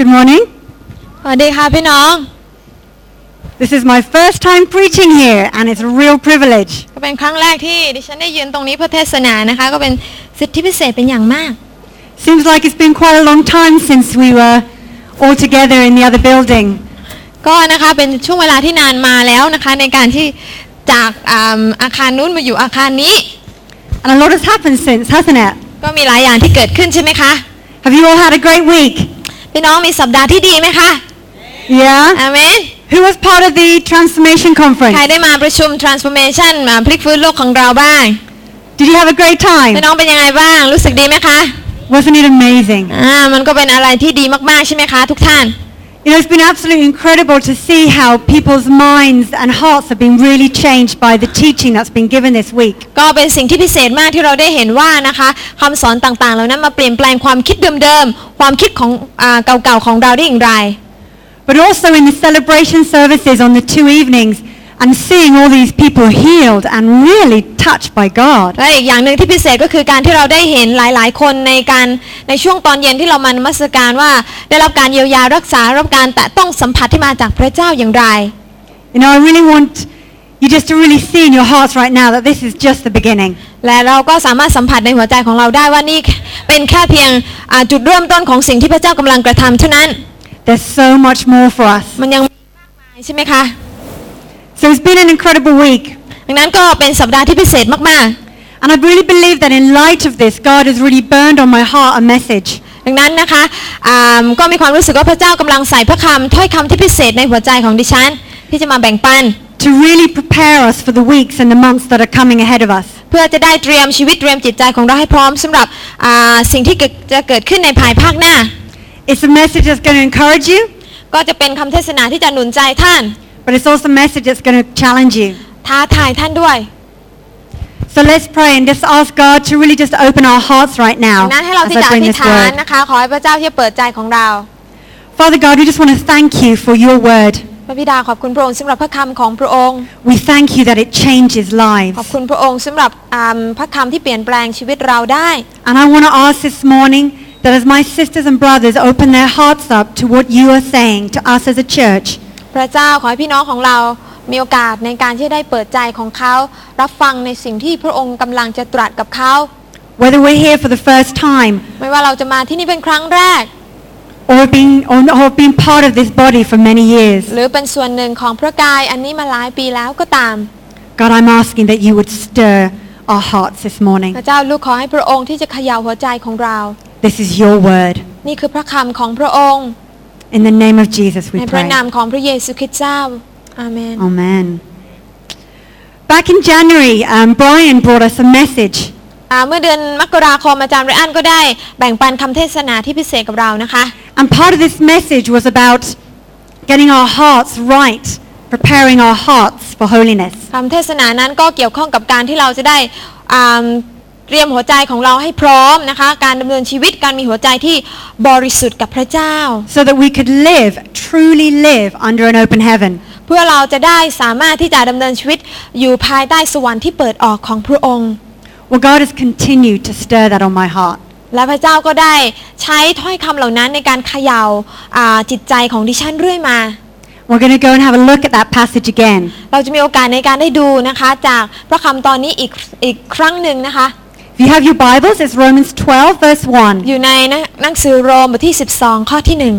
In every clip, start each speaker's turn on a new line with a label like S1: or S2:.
S1: Good morning.
S2: สวัสดีค่ะพี่น้อง
S1: This is my first time preaching here, and it's a real privilege.
S2: ก็เป็นครั้งแรกที่ดิฉันได้ยืนตรงนี้เพื่อเทศนานะคะ ก็เป็นสิทธิพิเศษเป็นอย่างมาก
S1: Seems like it's been quite a long time since we were all together in the other building.
S2: ก็นะคะเป็นช่วงเวลาที่นานมาแล้วนะคะ ในการที่จากอ่าอาคารนู้นมาอยู่อาคารนี้
S1: And a lot has happened since, hasn't it?
S2: ก็มีหลายอย่างที่เกิดขึ้นใช่ไหมคะ
S1: Have you all had a great week?
S2: พี่น้องมีสัปดาห์ที่ดีไหมคะ
S1: Yeah?
S2: อาเมน
S1: Who was part of the Transformation
S2: ใคร
S1: Conference?
S2: ได้มาประชุม transformation มาพลิกฟื้นโลกของเราบ้าง
S1: Did you have a great
S2: พี่
S1: time?
S2: น้องเป็นยังไงบ้าง รู้สึกดีไหมคะ
S1: Wasn't it amazing?
S2: อ่ามันก็เป็นอะไรที่ดีมากๆใช่ไหมคะ ทุกท่าน
S1: You know, it's been absolutely incredible to see how people's minds and hearts have been really changed by the teaching that's been given this week.
S2: ก็เป็นสิ่งที่พิเศษมากที่เราได้เห็นว่านะคะคำสอนต่างๆ เหล่านั้นมาเปลี่ยนแปลงความคิดเดิมๆ ความคิดของอาเก่าๆของเราได้อย่างไร
S1: But also in the celebration services on the two evenings and seeing all these people healed and really touched by God.
S2: และอีกอย่างหนึ่งที่พิเศษก็คือการที่เราได้เห็นหลายๆ คนในการในช่วงตอนเย็นที่เรามานมัสการว่า ได้รับการเยียวยารักษารับการแตะต้องสัมผัสที่มาจากพระเจ้าอย่างไร
S1: You know, I really want you just to really see in your hearts right now that this is just the beginning.
S2: และเราก็สามารถสัมผัสในหัวใจของเราได้ว่านี่เป็นแค่เพียงอ่าจุดเริ่มต้นของสิ่งที่พระเจ้ากำลังกระทำเท่านั้น
S1: There's so much more for us.
S2: มันยังมีมากมายใช่ไหมคะ
S1: So it's been an incredible week.
S2: ดังนั้นก็เป็นสัปดาห์ที่พิเศษมากๆ
S1: And I really believe that in light of this, God has really burned on my heart a message.
S2: ดังนั้นนะคะอ่าก็มีความรู้สึกว่าพระเจ้ากำลังใส่พระคำถ้อยคำที่พิเศษในหัวใจของดิฉัน ที่จะมาแบ่งปัน
S1: To really prepare us for the weeks and the months that are coming ahead of us.
S2: เพื่อจะได้เตรียมชีวิตเตรียมจิตใจของเราให้พร้อมสำหรับอ่าสิ่งที่เกิดจะเกิดขึ้นในภายภาคหน้า
S1: It's a message that's going to encourage you,
S2: ก็จะเป็นคำเทศนาที่จะหนุนใจท่าน
S1: but it's also a message that's going to challenge you.
S2: ท้าทายท่านด้วย
S1: So let's pray and just ask God to really just open our hearts right
S2: ดั
S1: now
S2: งนั้นให้เรา
S1: as
S2: ที่
S1: I
S2: จะอ
S1: bring
S2: ธิษ
S1: this
S2: ฐานนะ
S1: word.
S2: คะ ขอให้พระเจ้าที่เปิดใจของเรา
S1: Father God, we just want to thank you for your word.
S2: พระบิดาขอบคุณพระองค์สำหรับพระคำของพระองค์
S1: We thank you that it changes
S2: ขอบ
S1: lives.
S2: คุณพระองค์สำหรับอ่าพระคำที่เปลี่ยนแปลงชีวิตเราได้
S1: And I want to ask this morning that as my sisters and brothers open their hearts up to what you are saying to us as a church,
S2: พระเจ้าขอให้พี่น้องของเรา มีโอกาสในการที่ได้เปิดใจของเขา รับฟังในสิ่งที่พระองค์กำลังจะตรัสกับเขา
S1: whether we're here for the first time
S2: ไม่ว่าเราจะมาที่นี่เป็นครั้งแรก
S1: or being, or, or being part of this body for many years.
S2: หรือเป็นส่วนหนึ่งของพระกายอันนี้มาหลายปีแล้วก็ตาม
S1: God, I'm asking that you would stir our hearts this
S2: พ
S1: morning.
S2: ระเจ้าลูกขอให้พระองค์ที่จะเขย่าหัวใจของเรา
S1: This is your word.
S2: นี่คือพระคำของพระองค์
S1: In the name of Jesus
S2: ใน
S1: we
S2: พระ
S1: pray.
S2: นามของพระเยซูคริสต์เจ้าอาเมน
S1: Amen. Back in January, um, Brian brought us a message,
S2: อ่าเมื่อเดือนมกราคมอาจารย์ไรอันก็ได้แบ่งปันคำเทศนาที่พิเศษกับเรานะคะ
S1: and part of this message was about getting our hearts right, preparing our hearts for holiness.
S2: คำเทศนานั้นก็เกี่ยวข้องกับการที่เราจะได้อ่าเตรียมหัวใจของเราให้พร้อมนะคะ การดำเนินชีวิตการมีหัวใจที่บริสุทธิ์กับพระเจ้า
S1: So that we could live, truly live under an open heaven.
S2: เพื่อเราจะได้สามารถที่จะดำเนินชีวิตอยู่ภายใต้สวรรค์ที่เปิดออกของพระองค์
S1: Well, God has continued to stir that on my heart.
S2: และพระเจ้าก็ได้ใช้ถ้อยคำเหล่านั้นในการเขยา่าอ่าจิตใจของดิฉันเรื่อยมา
S1: We're going to go and have a look at that passage again.
S2: เราจะมีโอกาสในการได้ดูนะคะ จากพระคำตอนนี้อีกอีกครั้งหนึ่งนะคะ
S1: If you have your Bibles, it's Romans 12, verse 1.
S2: อยู่ในหนังหนังสือโรมบทที่ 12 ข้อที่หนึ่ง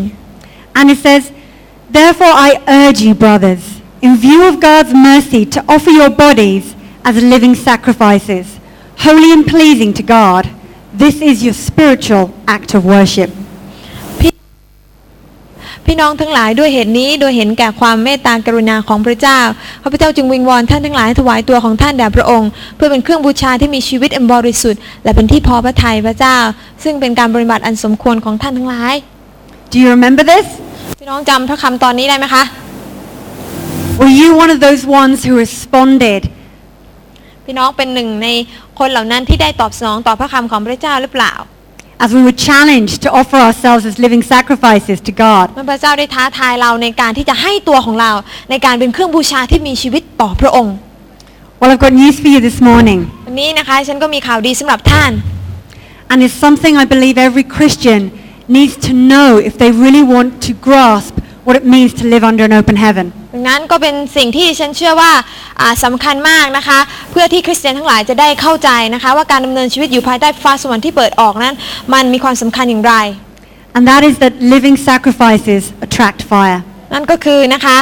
S1: And it says, Therefore I urge you, brothers, in view of God's mercy, to offer your bodies as living sacrifices, holy and pleasing to God. This is your spiritual act of worship.
S2: พี่น้องทั้งหลายด้วยเหตุนี้โดยเห็นแก่ความเมตตากรุณาของพระเจ้าข้าพเจ้าจึงวิงวอนท่านทั้งหลายถวายตัวของท่านแด่พระองค์ เพื่อเป็นเครื่องบูชาที่มีชีวิตอันบริสุทธิ์และเป็นที่พอพระทัยพระเจ้า ซึ่งเป็นการปฏิบัติอันสมควรของท่านทั้งหลาย
S1: Do you remember this?
S2: พี่น้องจำพระคำตอนนี้ได้ไหมคะ
S1: Were you one of those ones who responded?
S2: พี่น้องเป็นหนึ่งในคนเหล่านั้นที่ได้ตอบสนองต่อพระคำของพระเจ้าหรือเปล่า
S1: As we were challenged to offer ourselves as living sacrifices to God.
S2: เมื่อพระเจ้าได้ท้าทายเราในการที่จะให้ตัวของเรา ในการเป็นเครื่องบูชาที่มีชีวิตต่อพระองค์
S1: Well, I've got news for you this morning,
S2: วันนี้นะคะฉันก็มีข่าวดีสำหรับท่าน
S1: and it's something I believe every Christian needs to know if they really want to grasp what it means to live under an open heaven.
S2: ดังนั้นก็เป็นสิ่งที่ฉันเชื่อว่าอ่าสำาคัญมากนะคะ เพื่อที่คริสเตียนทั้งหลายจะได้เข้าใจนะคะ ว่าการดำเนินชีวิตอยู่ภายใต้ฟ้าสวรรค์ที่เปิดออกนั้น มันมีความสำคัญอย่างไร
S1: And that is that living sacrifices attract fire.
S2: นั่นก็คือนะคะ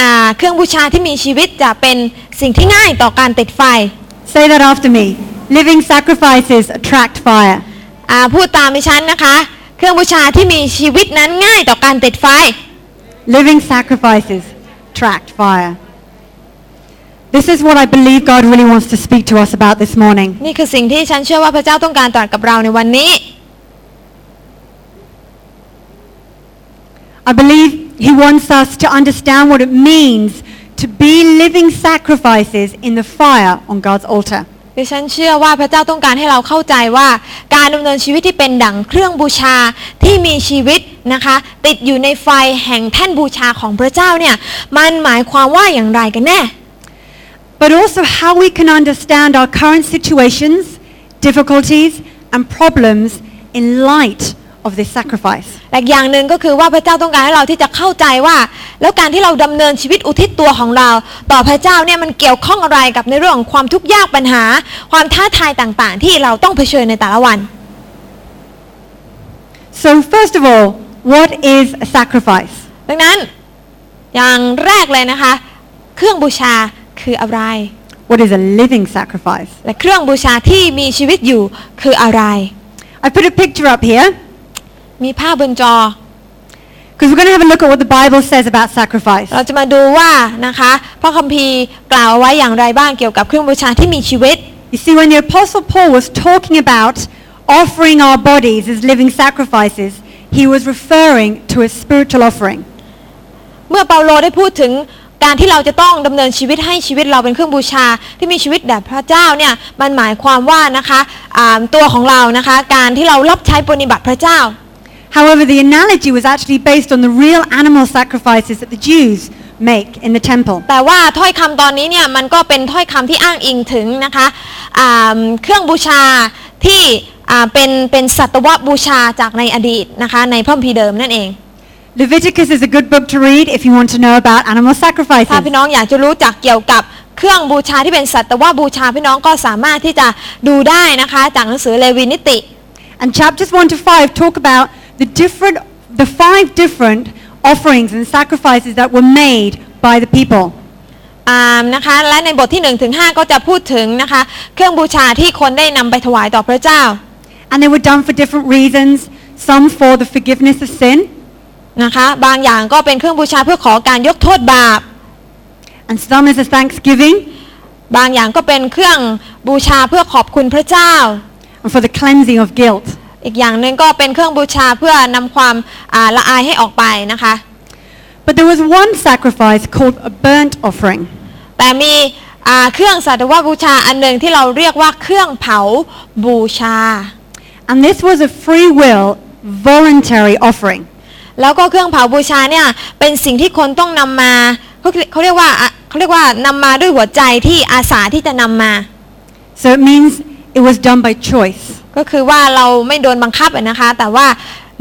S2: อ่าเครื่องบูชาที่มีชีวิตจะเป็นสิ่งที่ง่ายต่อการติดไฟ
S1: Say that after me. Living sacrifices attract fire.
S2: อ่าพูดตามดิฉันนะคะ เครื่องบูชาที่มีชีวิตนั้นง่ายต่อการติดไฟ
S1: Living sacrifices attract fire. This is what I believe God really wants to speak to us about this morning.
S2: นี่คือสิ่งที่ฉันเชื่อว่าพระเจ้าต้องการตรัสกับเราในวันนี้
S1: I believe He wants us to understand what it means to be living sacrifices in the fire on God's altar.
S2: ดิฉันเชื่อว่าพระเจ้าต้องการให้เราเข้าใจว่า การดำเนินชีวิตที่เป็นดั่งเครื่องบูชาที่มีชีวิตนะคะ ติดอยู่ในไฟแห่งแท่นบูชาของพระเจ้าเนี่ยมันหมายความว่าอย่างไรกันแน่
S1: but also how we can understand our current situations, difficulties, and problems in light of this sacrifice.
S2: และอีกอย่างหนึ่งก็คือว่าพระเจ้าต้องการให้เราที่จะเข้าใจว่า แล้วการที่เราดำเนินชีวิตอุทิศตัวของเรา ต่อพระเจ้าเนี่ยมันเกี่ยวข้องอะไรกับในเรื่องของความทุกข์ยากปัญหา ความท้าทายต่างๆ ที่เราต้องเผชิญในแต่ละวัน
S1: So, first of all, what is a sacrifice?
S2: ดังนั้น อย่างแรกเลยนะคะ เครื่องบูชาคืออะไร
S1: What is a living sacrifice?
S2: และเครื่องบูชาที่มีชีวิตอยู่คืออะไร
S1: I put a picture up here
S2: มีภาพบนจอ
S1: because we're going to have a look at what the Bible says about sacrifice.
S2: เราจะมาดูว่านะคะพระคัมภีร์กล่าวเอาไว้อย่างไรบ้างเกี่ยวกับเครื่องบูชาที่มีชีวิต
S1: You see, when the Apostle Paul was talking about offering our bodies as living sacrifices, he was referring to a spiritual offering.
S2: เมื่อเปาโลได้พูดถึงการที่เราจะต้องดำเนินชีวิตให้ชีวิตเราเป็นเครื่องบูชาที่มีชีวิตแด่พระเจ้าเนี่ยมันหมายความว่านะคะอ่าตัวของเรานะคะการที่เรารับใช้ปฏิบัติพระเจ้า
S1: However, the analogy was actually based on the real animal sacrifices that the Jews make in the temple.
S2: แต่ว่าถ้อยคำตอนนี้เนี่ยมันก็เป็นถ้อยคำที่อ้างอิงถึงนะคะอ่าเครื่องบูชาที่อ่าเป็นเป็นสัตวบูชาจากในอดีตนะคะในพระคัมภีร์เดิมนั่นเอง
S1: Leviticus is a good book to read if you want to know about animal
S2: ถ้าพี่
S1: sacrifices.
S2: น้องอยากจะรู้จักเกี่ยวกับเครื่องบูชาที่เป็นสัตวบูชาพี่น้องก็สามารถที่จะดูได้นะคะจากหนังสือเลวีนิติ
S1: And chapters 1 to 5 talk about the different the five different offerings and sacrifices that were made by the people.
S2: อ่ามนะคะและในบทที่1นถึงหก็จะพูดถึงนะคะ เครื่องบูชาที่คนได้นำไปถวายต่อพระเจ้า
S1: And they were done for different reasons, some for the forgiveness of sin
S2: นะคะ บางอย่างก็เป็นเครื่องบูชาเพื่อขอการยกโทษบาป
S1: and some as a thanksgiving
S2: บางอย่างก็เป็นเครื่องบูชาเพื่อขอบคุณพระเจ้า
S1: and for the cleansing of guilt.
S2: อีกอย่างหนึ่งก็เป็นเครื่องบูชาเพื่อนำความอ่าละอายให้ออกไปนะคะ
S1: But there was one sacrifice called a burnt offering.
S2: แต่มีอ่าเครื่องสัตวบูชาอันหนึ่งที่เราเรียกว่าเครื่องเผาบูชา
S1: And this was a free will, voluntary offering.
S2: แล้วก็เครื่องเผาบูชาเนี่ยเป็นสิ่งที่คนต้องนำมาเขาเขาเรียกว่าอ่ะเขาเรียกว่านำมาด้วยหัวใจที่อาสาที่จะนำมา
S1: So it means it was done by choice.
S2: ก็คือว่าเราไม่โดนบังคับอะนะคะ แต่ว่า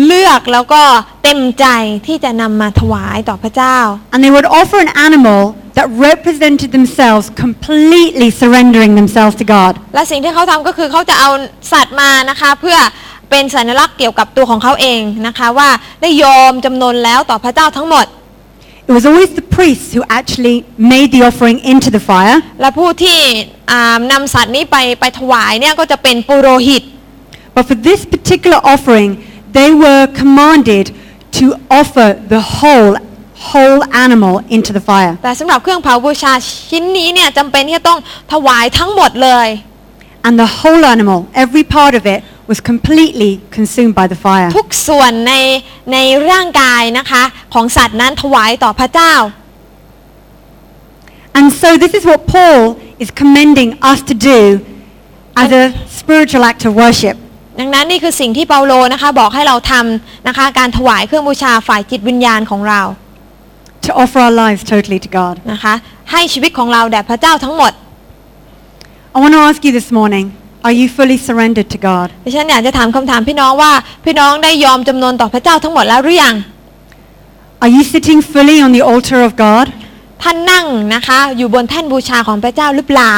S2: เลือกแล้วก็เต็มใจที่จะนำมาถวายต่อพระเจ้า
S1: And they would offer an animal that represented themselves completely surrendering themselves to God.
S2: และสิ่งที่เขาทำก็คือเขาจะเอาสัตว์มานะคะ เพื่อเป็นสัญลักษณ์เกี่ยวกับตัวของเขาเองนะคะ ว่าได้ยอมจำนนแล้วต่อพระเจ้าทั้งหมด
S1: It was always the priests who actually made the offering into the fire,
S2: และผู้ที่อ่านำสัตว์นี้ไปไปถวายเนี่ยก็จะเป็นปุโรหิต
S1: but for this particular offering, they were commanded to offer the whole, whole animal into the fire.
S2: แต่สำหรับเครื่องเผาบูชาชิ้นนี้เนี่ยจำเป็นที่จะต้องถวายทั้งหมดเลย
S1: And the whole animal, every part of it, was completely consumed by the fire.
S2: ทุกส่วนในในร่างกายนะคะ ของสัตว์นั้นถวายต่อพระเจ้า
S1: And so this is what Paul is commending us to do as a spiritual act of worship.
S2: ดังนั้นนี่คือสิ่งที่เปาโลนะคะ บอกให้เราทำนะคะ การถวายเครื่องบูชาฝ่ายจิตวิญญาณของเรา
S1: to offer our lives totally to God.
S2: นะคะให้ชีวิตของเราแด่พระเจ้าทั้งหมด
S1: I want to ask you this morning Are you fully surrendered to God?
S2: ดิฉันอยากจะถามคำถามพี่น้องว่า พี่น้องได้ยอมจำนนต่อพระเจ้าทั้งหมดแล้วหรือยัง
S1: Are you sitting fully on the altar of God?
S2: ท่านนั่งนะคะ อยู่บนแท่นบูชาของพระเจ้าหรือเปล่า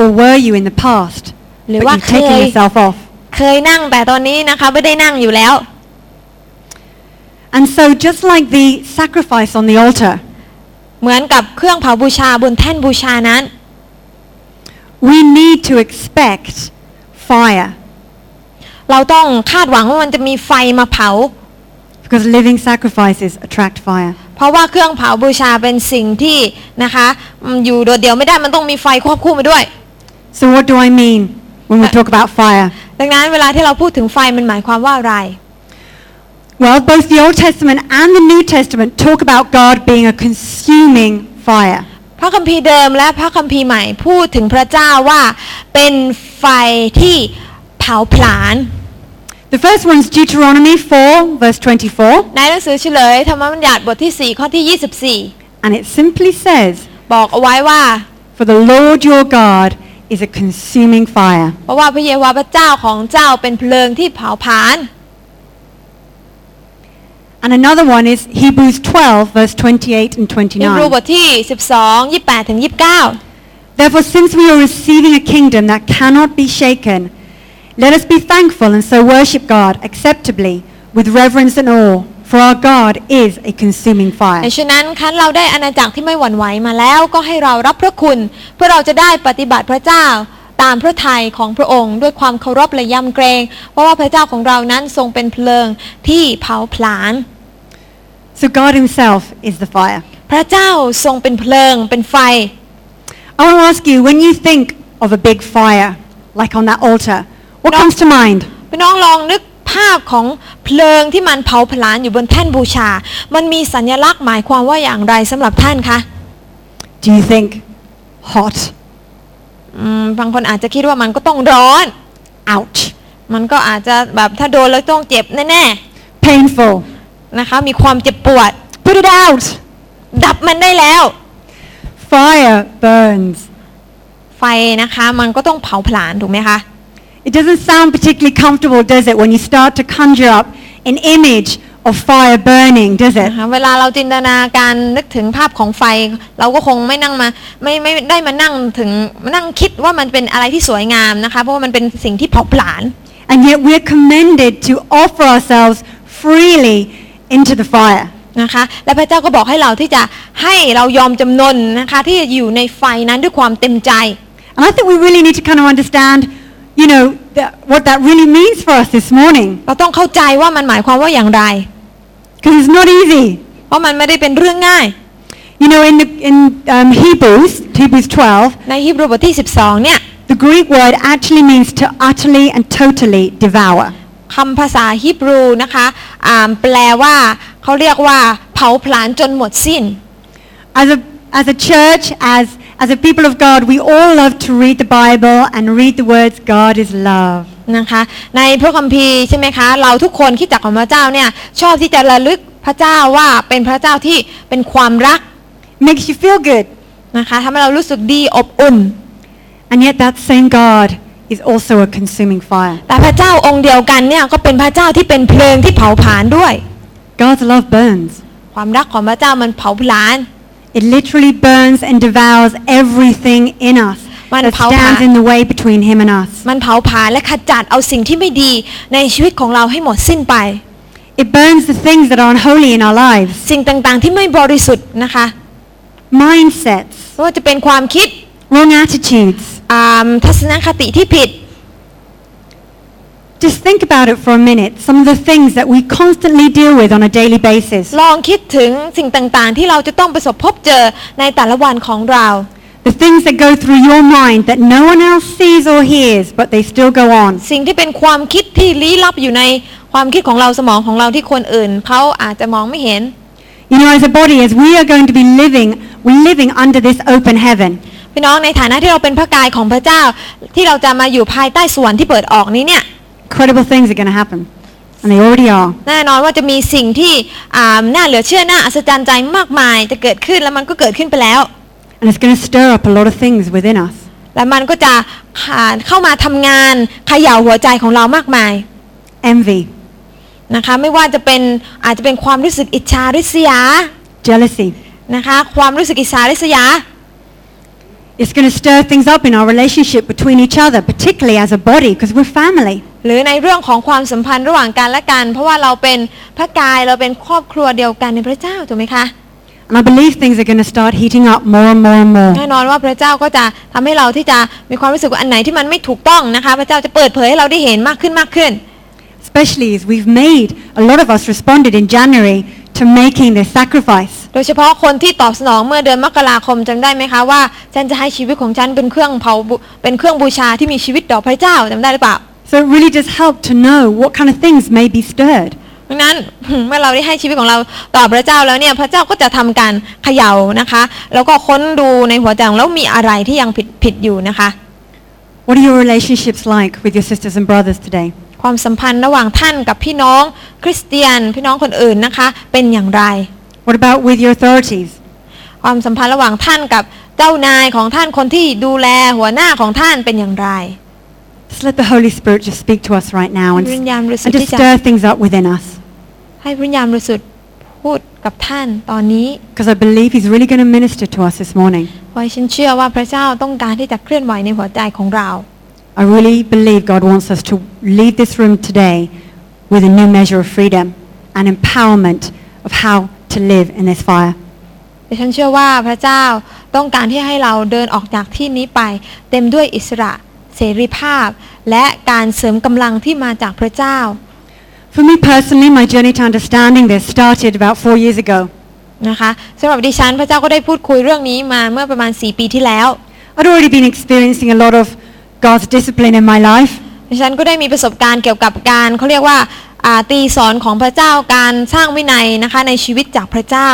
S1: Or were you in the past?
S2: Le
S1: But
S2: wa
S1: you've taken
S2: khơi.
S1: yourself off.
S2: เคยนั่งแต่ตอนนี้นะคะไม่ได้นั่งอยู่แล้ว
S1: And so, just like the sacrifice on the altar,
S2: เหมือนกับเครื่องเผาบูชาบนแท่นบูชานั้น
S1: we need to expect fire
S2: เราต้องคาดหวังว่ามันจะมีไฟมาเผา
S1: because living sacrifices attract fire.
S2: เพราะว่าเครื่องเผาบูชาเป็นสิ่งที่นะคะอืมอยู่โดดเดียวไม่ได้มันต้องมีไฟควบคู่มาด้วย
S1: So, what do I mean when we talk about fire?
S2: ดังนั้นเวลาที่เราพูดถึงไฟมันหมายความว่าอะไร
S1: Well, both the Old Testament and the New Testament talk about God being a consuming fire.
S2: พระคัมภีร์เดิมและพระคัมภีร์ใหม่พูดถึงพระเจ้าว่าเป็นไฟที่เผาผลาญ
S1: The first one's Deuteronomy 4, verse 24,
S2: ในหนังสือเฉลยธรรมบัญญัติบทที่ 4 ข้อที่
S1: and it simply says,
S2: 24 บอกเอาไว้ว่า
S1: For the Lord your God is a consuming fire.
S2: เพราะว่าพระเยโวาห์พระเจ้าของเจ้าเป็นเพลิงที่เผาผลาญ
S1: And another one is Hebrews 12, verse 28 and
S2: ฮีบรู
S1: 29.
S2: บทที่ 12 28ถึง29
S1: Therefore, since we are receiving a kingdom that cannot be shaken, let us be thankful and so worship God acceptably with reverence and awe, for our God is a consuming
S2: ดั
S1: fire.
S2: งนั้นคันเราได้อาณาจักรที่ไม่หวั่นไหวมาแล้วก็ให้เรารับพระคุณ เพื่อเราจะได้ปฏิบัติพระเจ้าตามพระทัยของพระองค์ ด้วยความเคารพและยำเกรง เพราะว่าพระเจ้าของเรานั้นทรงเป็นเพลิงที่เผาผลาญ
S1: So God himself is the fire.
S2: พระเจ้าทรงเป็นเพลิงเป็นไฟ
S1: I want to ask you, when you think of a big fire, like on that altar, what
S2: No.
S1: comes to mind?
S2: พี่น้องลองนึกภาพของเพลิงที่มันเผาผลาญอยู่บนแท่นบูชา มันมีสัญลักษณ์หมายความว่าอย่างไรสำหรับท่านคะ
S1: Do you think hot,
S2: อืมบางคนอาจจะคิดว่ามันก็ต้องร้อน
S1: ouch,
S2: มันก็อาจจะแบบถ้าโดนแล้วต้องเจ็บแน่
S1: painful,
S2: ๆนะคะ มีความเจ็บปวด
S1: put it out?
S2: ดับมันได้แล้ว
S1: Fire burns.
S2: ไฟนะคะมันก็ต้องเผาผลาญถูกไหมคะ
S1: It doesn't sound particularly comfortable, does it, when you start to conjure up an image of fire burning, does it?
S2: นะคะเวลาเราจินตนาการนึกถึงภาพของไฟ เราก็คงไม่นั่งมาไม่ไม่ได้มานั่งถึงมานั่งคิดว่ามันเป็นอะไรที่สวยงามนะคะ เพราะว่ามันเป็นสิ่งที่เผาผลาญ
S1: And yet we're commended to offer ourselves freely into the fire.
S2: นะคะและพระเจ้าก็บอกให้เราที่จะให้เรายอมจำนนนะคะที่จะอยู่ในไฟนั้นด้วยความเต็มใจ
S1: And I think we really need to kind of understand, you know, that, what that really means for us this morning.
S2: เราต้องเข้าใจว่ามันหมายความว่าอย่างไร
S1: Because it's not easy.
S2: เพราะมันไม่ได้เป็นเรื่องง่าย
S1: You know, in, the, in um, Hebrews, Hebrews 12,
S2: ในฮีบรูบทที่ 12 เนี่ย
S1: the Greek word actually means to utterly and totally devour.
S2: คำภาษาฮีบรูนะคะอ่านแปลว่าเขาเรียกว่าเผาผลาญจนหมดสิ้น
S1: As a, as a church, as, as a people of God, we all love to read the Bible and read the words, God is love.
S2: นะคะ ในพระคัมภีร์ใช่ไหมคะ เราทุกคนคิดจักของพระเจ้าเนี่ยชอบที่จะระลึกพระเจ้าว่าเป็นพระเจ้าที่เป็นความรัก
S1: Makes you feel good.
S2: นะคะทำให้เรารู้สึกดีอบอุ่น
S1: And yet that same God is also a consuming fire.
S2: แต่พระเจ้าองค์เดียวกันเนี่ยก็เป็นพระเจ้าที่เป็นเพลิงที่เผาผลาญด้วย
S1: God's love burns.
S2: ความรักของพระเจ้ามันเผาผลาญ
S1: It literally burns and devours everything in us
S2: Man
S1: that
S2: phá
S1: stands
S2: hoại.
S1: in the way between him and us.
S2: มันเผาผลาญและขจัดเอาสิ่งที่ไม่ดีในชีวิตของเราให้หมดสิ้นไป
S1: It burns the things that are unholy in our lives.
S2: สิ่งต่างๆ ที่ไม่บริสุทธิ์นะคะ
S1: Mindsets,
S2: ไม่ว่าจะเป็นความคิด
S1: wrong attitudes.
S2: อ่าทัศนคติที่ผิด
S1: Just think about it for a minute. Some of the things that we constantly deal with on a daily basis.
S2: ลองคิดถึงสิ่งต่างๆ ที่เราจะต้องประสบพบเจอในแต่ละวันของเรา
S1: The things that go through your mind that no one else sees or hears, but they still go on.
S2: สิ่งที่เป็นความคิดที่ลี้ลับอยู่ในความคิดของเราสมองของเราที่คนอื่นเขาอาจจะมองไม่เห็น
S1: You know, as a body, as we are going to be living, we're living under this open heaven.
S2: พี่น้องในฐานะที่เราเป็นพระกายของพระเจ้า ที่เราจะมาอยู่ภายใต้สวรรค์ที่เปิดออกนี้เนี่ย
S1: Incredible things are going to happen. And they already are.
S2: แน่นอนว่าจะมีสิ่งที่อ่าน่าเหลือเชื่อน่าอัศจรรย์ใจมากมายจะเกิดขึ้นแล้วมันก็เกิดขึ้นไปแล้ว
S1: And it's going to stir up a lot of things within us.
S2: และมันก็จะผ่านเข้ามาทำงานเขย่าหัวใจของเรามากมาย
S1: envy,
S2: นะคะไม่ว่าจะเป็นอาจจะเป็นความรู้สึกอิจฉาริษยา
S1: jealousy.
S2: นะคะความรู้สึกอิจฉาริษยา
S1: It's going to stir things up in our relationship between each other, particularly as a body, because we're family.
S2: หรือในเรื่องของความสัมพันธ์ระหว่างกันและกัน เพราะว่าเราเป็นพระกายเราเป็นครอบครัวเดียวกันในพระเจ้าถูกไหมคะ
S1: And I believe things are going to start heating up more and more and more.
S2: แน่นอนว่าพระเจ้าก็จะทำให้เราที่จะมีความรู้สึกว่าอันไหนที่มันไม่ถูกต้องนะคะ พระเจ้าจะเปิดเผยให้เราได้เห็นมากขึ้นมากขึ้น
S1: Especially as we've made, a lot of us responded in January to making this sacrifice.
S2: โดยเฉพาะคนที่ตอบสนองเมื่อเดือนมกราคมจำได้ไหมคะว่าฉันจะให้ชีวิตของฉันเป็นเครื่องเผาบูเป็นเครื่องบูชาที่มีชีวิตต่อพระเจ้าจำได้หรือเปล่า
S1: So it really does help to know what kind of things may be stirred.
S2: ดังนั้น เมื่อเราได้ให้ชีวิตของเราต่อพระเจ้าแล้วเนี่ย พระเจ้าก็จะทำการเขย่านะคะ แล้วก็ค้นดูในหัวใจของเรามีอะไรที่ยังผิดผิดอยู่นะคะ
S1: What are your relationships like with your sisters and brothers today?
S2: ความสัมพันธ์ระหว่างท่านกับพี่น้องคริสเตียนพี่น้องคนอื่นนะคะ เป็นอย่างไร
S1: What about with your authorities?
S2: ความสัมพันธ์ระหว่างท่านกับเจ้านายของท่านคนที่ดูแลหัวหน้าของท่านเป็นอย่างไร
S1: Just let the Holy Spirit just speak to us right now and,
S2: วิญญาณบริสุท
S1: and
S2: ธิ์
S1: just
S2: ที่จะ
S1: stir things up within us.
S2: ให้วิญญาณบริสุทธิ์พูดกับท่านตอนนี้
S1: Because I believe He's really going to minister to us this morning.
S2: เพราะฉันเชื่อว่าพระเจ้าต้องการที่จะเคลื่อนไหวในหัวใจของเรา
S1: I really believe God wants us to leave this room today with a new measure of freedom and empowerment of how to live in this fire.
S2: ดิฉันเชื่อว่าพระเจ้าต้องการที่ให้เราเดินออกจากที่นี้ไป เต็มด้วยอิสระเสรีภาพ และการเสริมกำลังที่มาจากพระเจ้า
S1: For me personally, my journey to understanding this started about four years ago.
S2: นะคะสำหรับดิฉันพระเจ้าก็ได้พูดคุยเรื่องนี้มาเมื่อประมาณ 4 ปีที่แล้ว
S1: I'd already been experiencing a lot of God's discipline in my life,
S2: ดิฉันก็ได้มีประสบการณ์เกี่ยวกับการเขาเรียกว่าอ่าตีสอนของพระเจ้าการสร้างวินัยนะคะในชีวิตจากพระเจ้า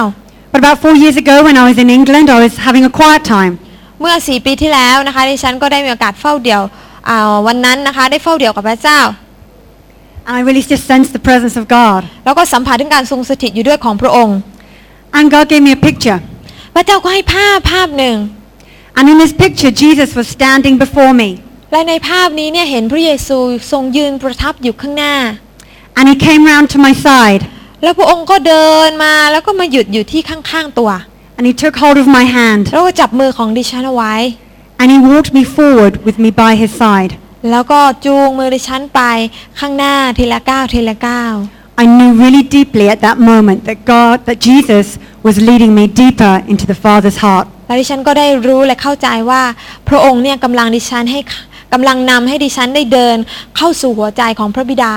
S1: but about four years ago when I was in England, I was having a quiet time.
S2: เมื่อ 4 ปีที่แล้วนะคะดิฉันก็ได้มีโอกาสเฝ้าเดี่ยวอ่าวันนั้นนะคะได้เฝ้าเดี่ยวกับพระเจ้า
S1: And I really just sensed the presence of God.
S2: แล้วก็สัมผัสถึงการทรงสถิตอยู่ด้วยของพระองค์
S1: And God gave me a picture.
S2: พระเจ้าก็ให้ภาพภาพหนึ่ง
S1: And in this picture, Jesus was standing before me.
S2: และในภาพนี้เนี่ยเห็นพระเยซูทรงยืนประทับอยู่ข้างหน้า
S1: And he came round to my side.
S2: แล้วพระองค์ก็เดินมาแล้วก็มาหยุดอยู่ที่ข้างๆตัว
S1: And he took hold of my hand.
S2: แล้วก็จับมือของดิฉันเอาไว้
S1: And he walked me forward with me by his side.
S2: แล้วก็จูงมือดิฉันไปข้างหน้าทีละก้าวทีละก้าว
S1: I knew really deeply at that moment that God, that Jesus was leading me deeper into the Father's heart.
S2: แล้วดิฉันก็ได้รู้และเข้าใจว่า พระองค์เนี่ยกำลังดิฉันให้กำลังนำให้ดิฉันได้เดิน เข้าสู่หัวใจของพระบิดา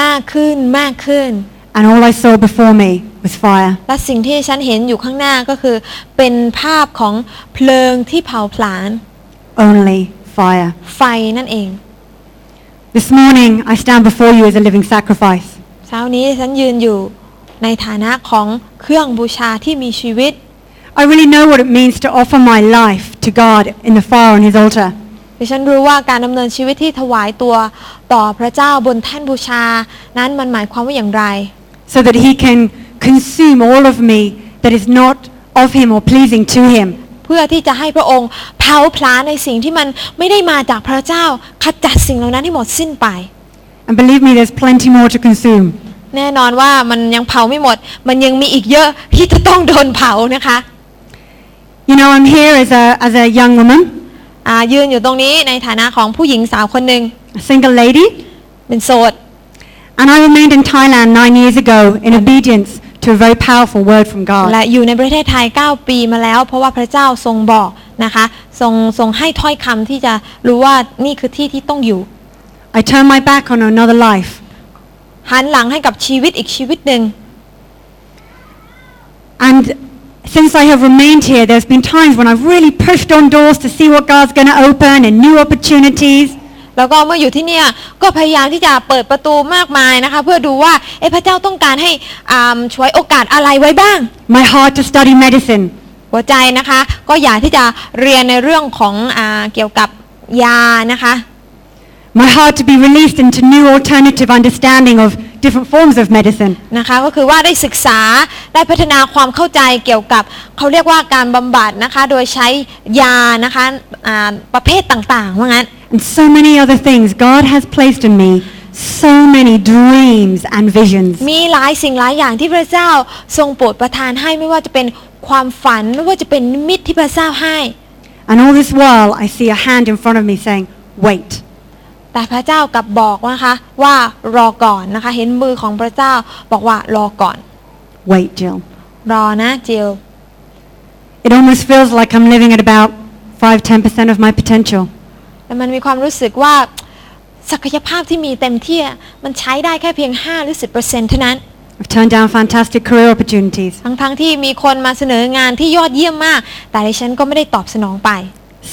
S2: มากขึ้นมากขึ้น
S1: And all I saw before me was fire.
S2: และสิ่งที่ฉันเห็นอยู่ข้างหน้าก็คือ เป็นภาพของเพลิงที่เผาผลาญ
S1: Only fire.
S2: ไฟนั่นเอง
S1: This morning, I stand before you as a living sacrifice.
S2: เช้านี้ฉันยืนอยู่ในฐานะของเครื่องบูชาที่มีชีวิต
S1: I really know what it means to offer my life to God in the fire on his altar.
S2: ดิฉันรู้ว่าการดำเนินชีวิตที่ถวายตัวต่อพระเจ้าบนแท่นบูชา นั้นมันหมายความว่าอย่างไร
S1: so that he can consume all of me that is not of him or pleasing to him.
S2: เพื่อที่จะให้พระองค์เผาผลาญในสิ่งที่มันไม่ได้มาจากพระเจ้าขจัดสิ่งเหล่านั้นให้หมดสิ้นไป
S1: And believe me, there's plenty more to consume.
S2: แน่นอนว่ามันยังเผาไม่หมด มันยังมีอีกเยอะที่จะต้องโดนเผานะคะ
S1: You know, I'm here as a, as a young woman,
S2: อ่ายืนอยู่ตรงนี้ในฐานะของผู้หญิงสาวคนหนึ่ง
S1: a single lady,
S2: เป็นโสด
S1: and I remained in Thailand nine years ago in obedience to a very powerful word from God.
S2: และอยู่ในประเทศไทย 9 ปีมาแล้ว เพราะว่าพระเจ้าทรงบอกนะคะทรงทรงให้ถ้อยคำที่จะรู้ว่านี่คือที่ที่ต้องอยู่
S1: I turned my back on another life,
S2: หันหลังให้กับชีวิตอีกชีวิตหนึ่ง
S1: and since I have remained here, there's been times when I've really pushed on doors to see what God's going to open and new opportunities.
S2: แล้วก็เมื่ออยู่ที่เนี่ยก็พยายามที่จะเปิดประตูมากมายนะคะ เพื่อดูว่าเอะพระเจ้าต้องการให้อ่าช่วยโอกาสอะไรไว้บ้าง
S1: My heart to study medicine,
S2: หัวใจนะคะ ก็อยากที่จะเรียนในเรื่องของอาเกี่ยวกับยานะคะ
S1: My heart to be released into new alternative understanding of different forms of medicine.
S2: นะคะก็คือว่าได้ศึกษา ได้พัฒนาความเข้าใจเกี่ยวกับเขาเรียกว่าการบำบัดนะคะ โดยใช้ยานะคะอ่าประเภทต่างๆ ว่างั้น
S1: and so many other things God has placed in me, so many dreams and visions.
S2: มีหลายสิ่งหลายอย่างที่พระเจ้าทรงโปรดประทานให้ไม่ว่าจะเป็นความฝันไม่ว่าจะเป็นนิมิตที่พระเจ้าให้
S1: And all this while, I see a hand in front of me saying, Wait.
S2: แต่พระเจ้ากลับบอกนะคะว่ารอก่อนนะคะ เห็นมือของพระเจ้าบอกว่ารอก่อน
S1: Wait, Jill.
S2: รอนะจิล
S1: It almost feels like I'm living at about 5 10% of my potential.
S2: แล้วมันมีความรู้สึกว่าศักยภาพที่มีเต็มที่อะมันใช้ได้แค่เพียง 5 หรือ 10%เท่านั้น
S1: I've turned down fantastic career opportunities.
S2: ทั้งๆทที่มีคนมาเสนองานที่ยอดเยี่ยมมาก แต่ดิฉันก็ไม่ได้ตอบสนองไป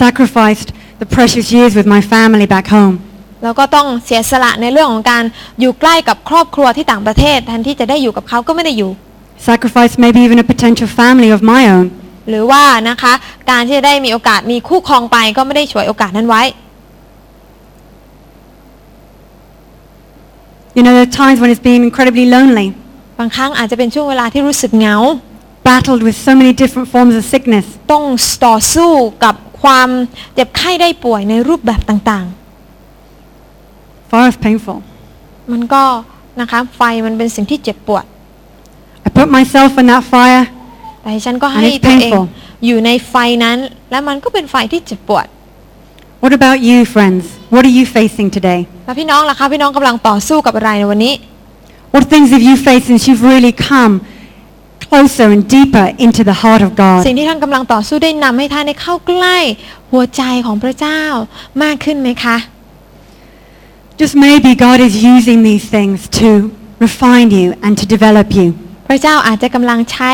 S1: sacrificed the precious years with my family back home.
S2: แล้วก็ต้องเสียสละในเรื่องของการอยู่ใกล้กับครอบครัวที่ต่างประเทศแทนที่จะได้อยู่กับเขาก็ไม่ได้อยู่
S1: Sacrificed maybe even a potential family of my own.
S2: หรือว่านะคะ การที่จะได้มีโอกาสมีคู่ครองไปก็ไม่ได้ฉวยโอกาสนั้นไว้
S1: You know, there are times when it's been incredibly lonely,
S2: บางครั้งอาจจะเป็นช่วงเวลาที่รู้สึกเหงา
S1: battled with so many different forms of sickness,
S2: ต้องต่อสู้กับความเจ็บไข้ได้ป่วยในรูปแบบต่าง
S1: far as painful.
S2: ๆ มันก็นะคะ ไฟมันเป็นสิ่งที่เจ็บปวด
S1: I put myself in that fire
S2: แต่ฉันก็ให้
S1: And it's
S2: ตัวเอง
S1: painful.
S2: อยู่ในไฟนั้น และมันก็เป็นไฟที่เจ็บปวด
S1: What about you, friends? What are you facing today?
S2: แล้วพี่น้องล่ะคะพี่น้องกำลังต่อสู้กับอะไรในวันนี้
S1: What things have you faced since you've really come closer and deeper into the heart of God?
S2: สิ่งที่ท่านกำลังต่อสู้ได้นำให้ท่านได้เข้าใกล้หัวใจของพระเจ้ามากขึ้นไหมคะ
S1: Just maybe God is using these things to refine you and to develop you.
S2: พระเจ้าอาจจะกำลังใช้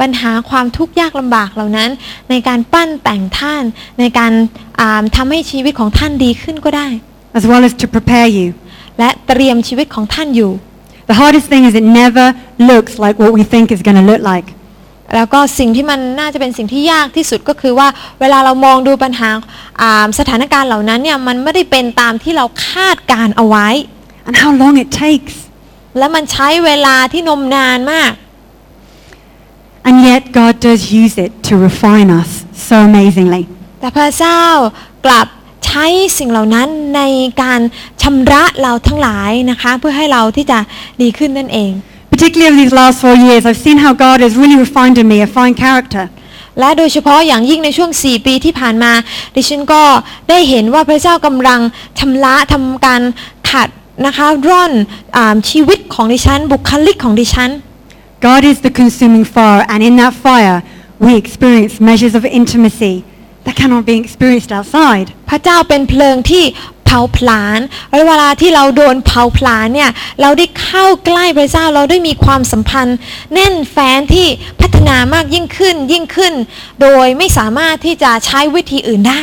S2: ปัญหาความทุกข์ยากลำบากเหล่านั้น ในการปั้นแต่งท่าน ในการอ่าทำให้ชีวิตของท่านดีขึ้นก็ได้
S1: as well as to prepare you.
S2: และเตรียมชีวิตของท่านอยู่
S1: The hardest thing is it never looks like what we think it's going to look like.
S2: แล้วก็สิ่งที่มันน่าจะเป็นสิ่งที่ยากที่สุดก็คือว่าเวลาเรามองดูปัญหาอ่าสถานการณ์เหล่านั้นเนี่ยมันไม่ได้เป็นตามที่เราคาดการเอาไว้
S1: And how long it takes.
S2: และมันใช้เวลาที่นมนานมาก
S1: And yet God does use it to refine us so amazingly.
S2: แต่พระเจ้ากลับใช้สิ่งเหล่านั้นในการชำระเราทั้งหลายนะคะ เพื่อให้เราที่จะดีขึ้นนั่นเอง
S1: Particularly over these last four years, I've seen how God has really refined in me a fine character.
S2: และโดยเฉพาะอย่างยิ่งในช่วง 4 ปีที่ผ่านมา ดิฉันก็ได้เห็นว่าพระเจ้ากำลังชำระทำการขัดนะคะร่อนอาชีวิตของดิฉัน บุคลิกของดิฉัน
S1: God is the consuming fire, and in that fire, we experience measures of intimacy that cannot be experienced outside.
S2: พระเจ้าเป็นเพลิงที่เผาผลาญและเวลาที่เราโดนเผาผลาญเนี่ยเราได้เข้าใกล้พระเจ้าเราได้มีความสัมพันธ์ แน่นแฟ้นที่พัฒนามากยิ่งขึ้นยิ่งขึ้น โดยไม่สามารถที่จะใช้วิธีอื่นได้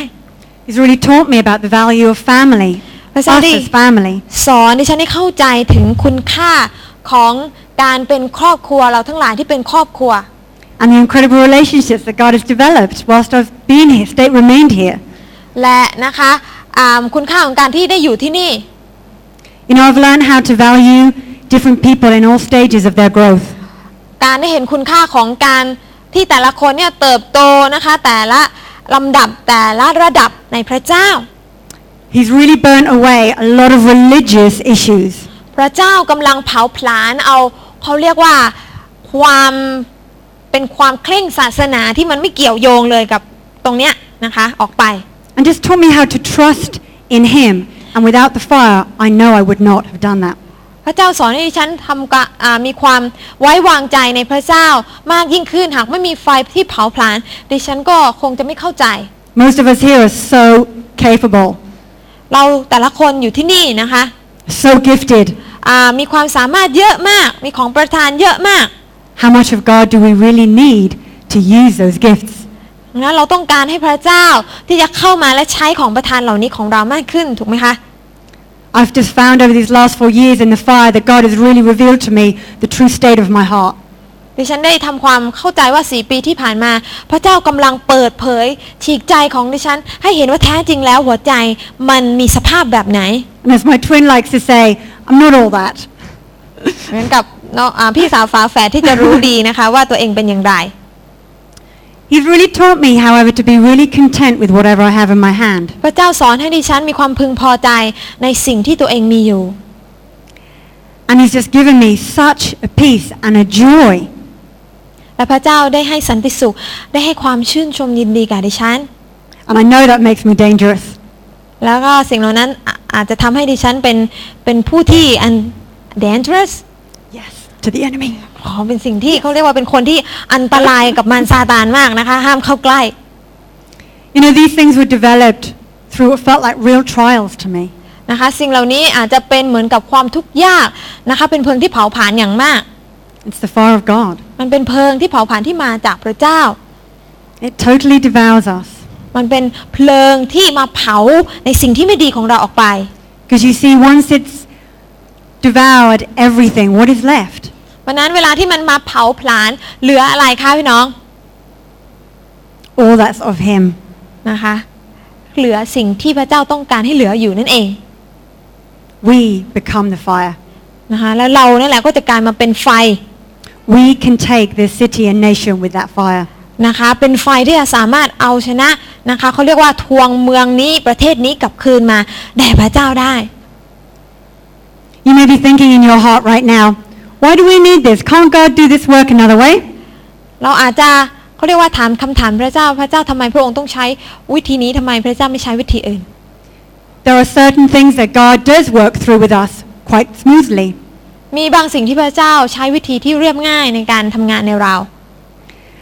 S1: He's really taught me about the value of family, us
S2: Pasal ni-
S1: as family.
S2: สอนดิฉันให้เข้าใจถึงคุณค่าของการเป็นครอบครัวเราทั้งหลายที่เป็นครอบครัว
S1: and the incredible relationships that God has developed whilst I've been here, stayed, remained here.
S2: และนะคะอ่าคุณค่าของการที่ได้อยู่ที่นี่
S1: You know, I've learned how to value different people in all stages of their growth.
S2: การได้เห็นคุณค่าของการที่แต่ละคนเนี่ยเติบโตนะคะ แต่ละลำดับแต่ละระดับในพระเจ้า
S1: He's really burnt away a lot of religious issues,
S2: พระเจ้ากำลังเผาผลาญเอาเขาเรียกว่าความเป็นความเคร่งศาสนาที่มันไม่เกี่ยวโยงเลยกับตรงเนี้ยนะคะออกไป
S1: and just taught me how to trust in Him. And without the fire, I know I would not have done that.
S2: พระเจ้าสอนให้ดิฉันทำกะอ่ามีความไว้วางใจในพระเจ้ามากยิ่งขึ้นหากไม่มีไฟที่เผาผลาญดิฉันก็คงจะไม่เข้าใจ
S1: Most of us here are so capable,
S2: เราแต่ละคนอยู่ที่นี่นะคะ
S1: so gifted.
S2: อ่ามีความสามารถเยอะมาก มีของประทานเยอะมาก
S1: How much of God do we really need to use those gifts?
S2: ดังนั้นเราต้องการให้พระเจ้าที่จะเข้ามาและใช้ของประทานเหล่านี้ของเรามากขึ้นถูกไหมคะ
S1: I've just found over these last four years in the fire that God has really revealed to me the true state of my heart.
S2: ดิฉันได้ทำความเข้าใจว่าสีปีที่ผ่านมา พระเจ้ากำลังเปิดเผย ฉีกใจของดิฉัน ให้เห็นว่าแท้จริงแล้วหัวใจมันมีสภาพแบบไหน
S1: And as my twin likes to say, I'm not all that.
S2: เหมือนกับ เนาะอ่าพี่สาวฝาแฝดที่จะรู้ดีนะคะ ว่าตัวเองเป็นอย่างไร
S1: He's really taught me, however, to be really content with whatever I have in my hand.
S2: พระเจ้าสอนให้ดิฉันมีความพึงพอใจในสิ่งที่ตัวเองมีอยู่
S1: And He's just given me such a peace and a joy.
S2: และพระเจ้าได้ให้สันติสุข ได้ให้ความชื่นชมยินดีกับดิฉัน
S1: And I know that makes me dangerous.
S2: แล้วก็สิ่งเหล่านั้นอาอาจจะทำให้ดิฉันเป็นเป็นผู้ที่อัน dangerous
S1: Yes, to the enemy.
S2: อ๋อเป็นสิ่งที่เขาเรียกว่าเป็นคนที่อันตรายกับมารซาตานมากนะคะ ห้ามเข้าใกล้
S1: You know, these things were developed through what felt like real trials to me.
S2: นะคะ สิ่งเหล่านี้อาจจะเป็นเหมือนกับความทุกข์ยากนะคะ เป็นเพลิงที่เผาผลาญอย่างมาก
S1: It's the fire of God.
S2: มันเป็นเพลิงที่เผาผลาญที่มาจากพระเจ้า
S1: It totally devours us.
S2: มันเป็นเพลิงที่มาเผาในสิ่งที่ไม่ดีของเราออกไป
S1: Because you see, once it's devoured everything, what is left?
S2: วันนั้นเวลาที่มันมาเผาผลาญเหลืออะไรคะพี่น้อง
S1: All that's of Him.
S2: นะคะ เหลือสิ่งที่พระเจ้าต้องการให้เหลืออยู่นั่นเอง
S1: We become the fire.
S2: นะคะแล้วเรานั่นแหละก็จะกลายมาเป็นไฟ
S1: We can take this city and nation with that fire.
S2: นะคะ เป็นไฟที่จะสามารถเอาชนะนะคะเขาเรียกว่าทวงเมืองนี้ประเทศนี้กลับคืนมาแด่พระเจ้าได้
S1: You may be thinking in your heart right now, why do we need this? Can't God do this work another way?
S2: เราอาจจะเขาเรียกว่าถามคำถามพระเจ้าพระเจ้าทำไมพระองค์ต้องใช้วิธีนี้ทำไมพระเจ้าไม่ใช้วิธีอื่น
S1: There are certain things that God does work through with us quite smoothly.
S2: มีบางสิ่งที่พระเจ้าใช้วิธีที่เรียบง่ายในการทำงานในเรา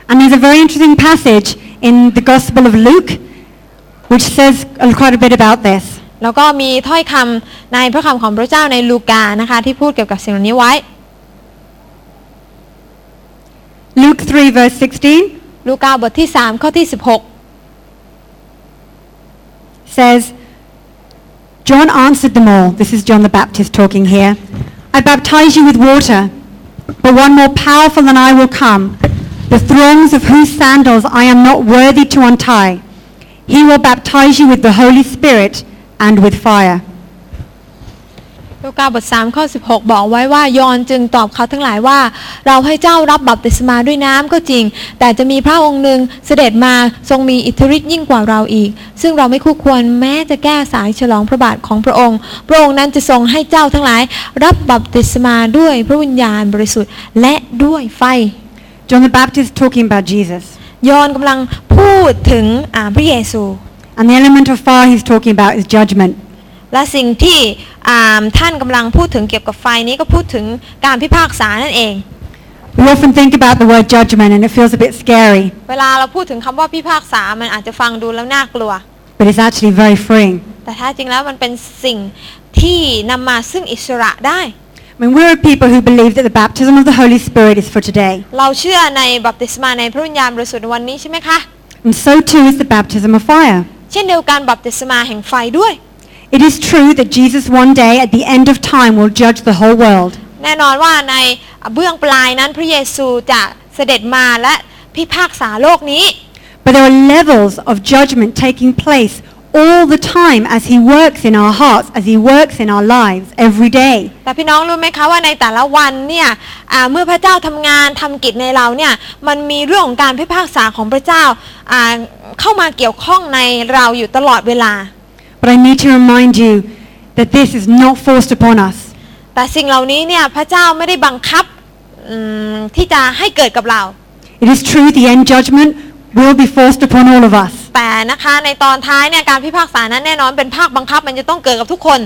S1: And there's a very interesting passage in the Gospel of Luke which says quite a bit about this.
S2: แล้วก็มีถ้อยคำในพระคำของพระเจ้าในลูกานะคะ ที่พูดเกี่ยวกับสิ่งเหล่านี้ไว้
S1: Luke 3, verse 16
S2: ลูกาบทที่ 3 ข้อที่
S1: says, John answered them all. This is John the Baptist talking here. I baptize you with water, but one more powerful than I will come, the throngs of whose sandals I am not worthy to untie. He will baptize you with the Holy Spirit and with fire.
S2: 16 ลูกาบท 3 ข้อ 16 บอกไว้ว่ายอห์นจึงตอบเขาทั้งหลายว่า เราให้เจ้ารับบัพติศมาด้วยน้ำก็จริง แต่จะมีพระองค์หนึ่งเสด็จมาทรงมีอิทธิฤทธิ์ยิ่งกว่าเราอีก ซึ่งเราไม่คู่ควรแม้จะแก้สายฉลองพระบาทของพระองค์ พระองค์นั้นจะทรงให้เจ้าทั้งหลาย รับบัพติศมาด้วยพระวิญญาณบริสุทธิ์และด้วยไฟ
S1: John the Baptist talking about Jesus.
S2: ยอห์นกำลังพูดถึงอ่าพระเยซู
S1: And the element of fire he's talking about is judgment.
S2: และสิ่งที่อ่าท่านกำลังพูดถึงเกี่ยวกับไฟนี้ก็พูดถึงการพิพากษานั่นเอง
S1: We often think about the word judgment and it feels a bit scary,
S2: เวลาเราพูดถึงคำว่าพิพากษา มันอาจจะฟังดูแล้วน่ากลัว
S1: but it's actually very freeing.
S2: แต่ถ้าจริงแล้วมันเป็นสิ่งที่นำมาซึ่งอิสระได้
S1: I mean, we're a people who believe that the baptism of the Holy Spirit is for today,
S2: เราเชื่อในบัพติศมาในพระวิญญาณบริสุทธิ์ในวันนี้ใช่ไหมคะ
S1: and so too is the baptism of fire.
S2: เช่นเดียวกันบัพติศมาแห่งไฟด้วย
S1: It is true that Jesus one day at the end of time will judge the whole world,
S2: แน่นอนว่าในเบื้องปลายนั้นพระเยซูจะเสด็จมาและพิพากษาโลกนี้
S1: but there are levels of judgment taking place all the time as he works in our hearts, as he works in our lives every day.
S2: แต่พี่น้องรู้ไหมคะว่าในแต่ละวันเนี่ยอ่าเมื่อพระเจ้าทำงานทำกิจในเราเนี่ยมันมีเรื่องของการพิพากษาของพระเจ้าอ่าเข้ามาเกี่ยวข้องในเราอยู่ตลอดเวลา
S1: But I need to remind you that this is not forced upon us.
S2: แต่สิ่งเหล่านี้เนี่ยพระเจ้าไม่ได้บังคับอืมที่จะให้เกิดกับเรา
S1: It is true the end judgment will be forced upon all of us.
S2: แต่นะคะในตอนท้ายเนี่ยการพิพากษานั้นแน่นอนเป็นภาคบังคับมันจะต้องเกิดกับทุกคน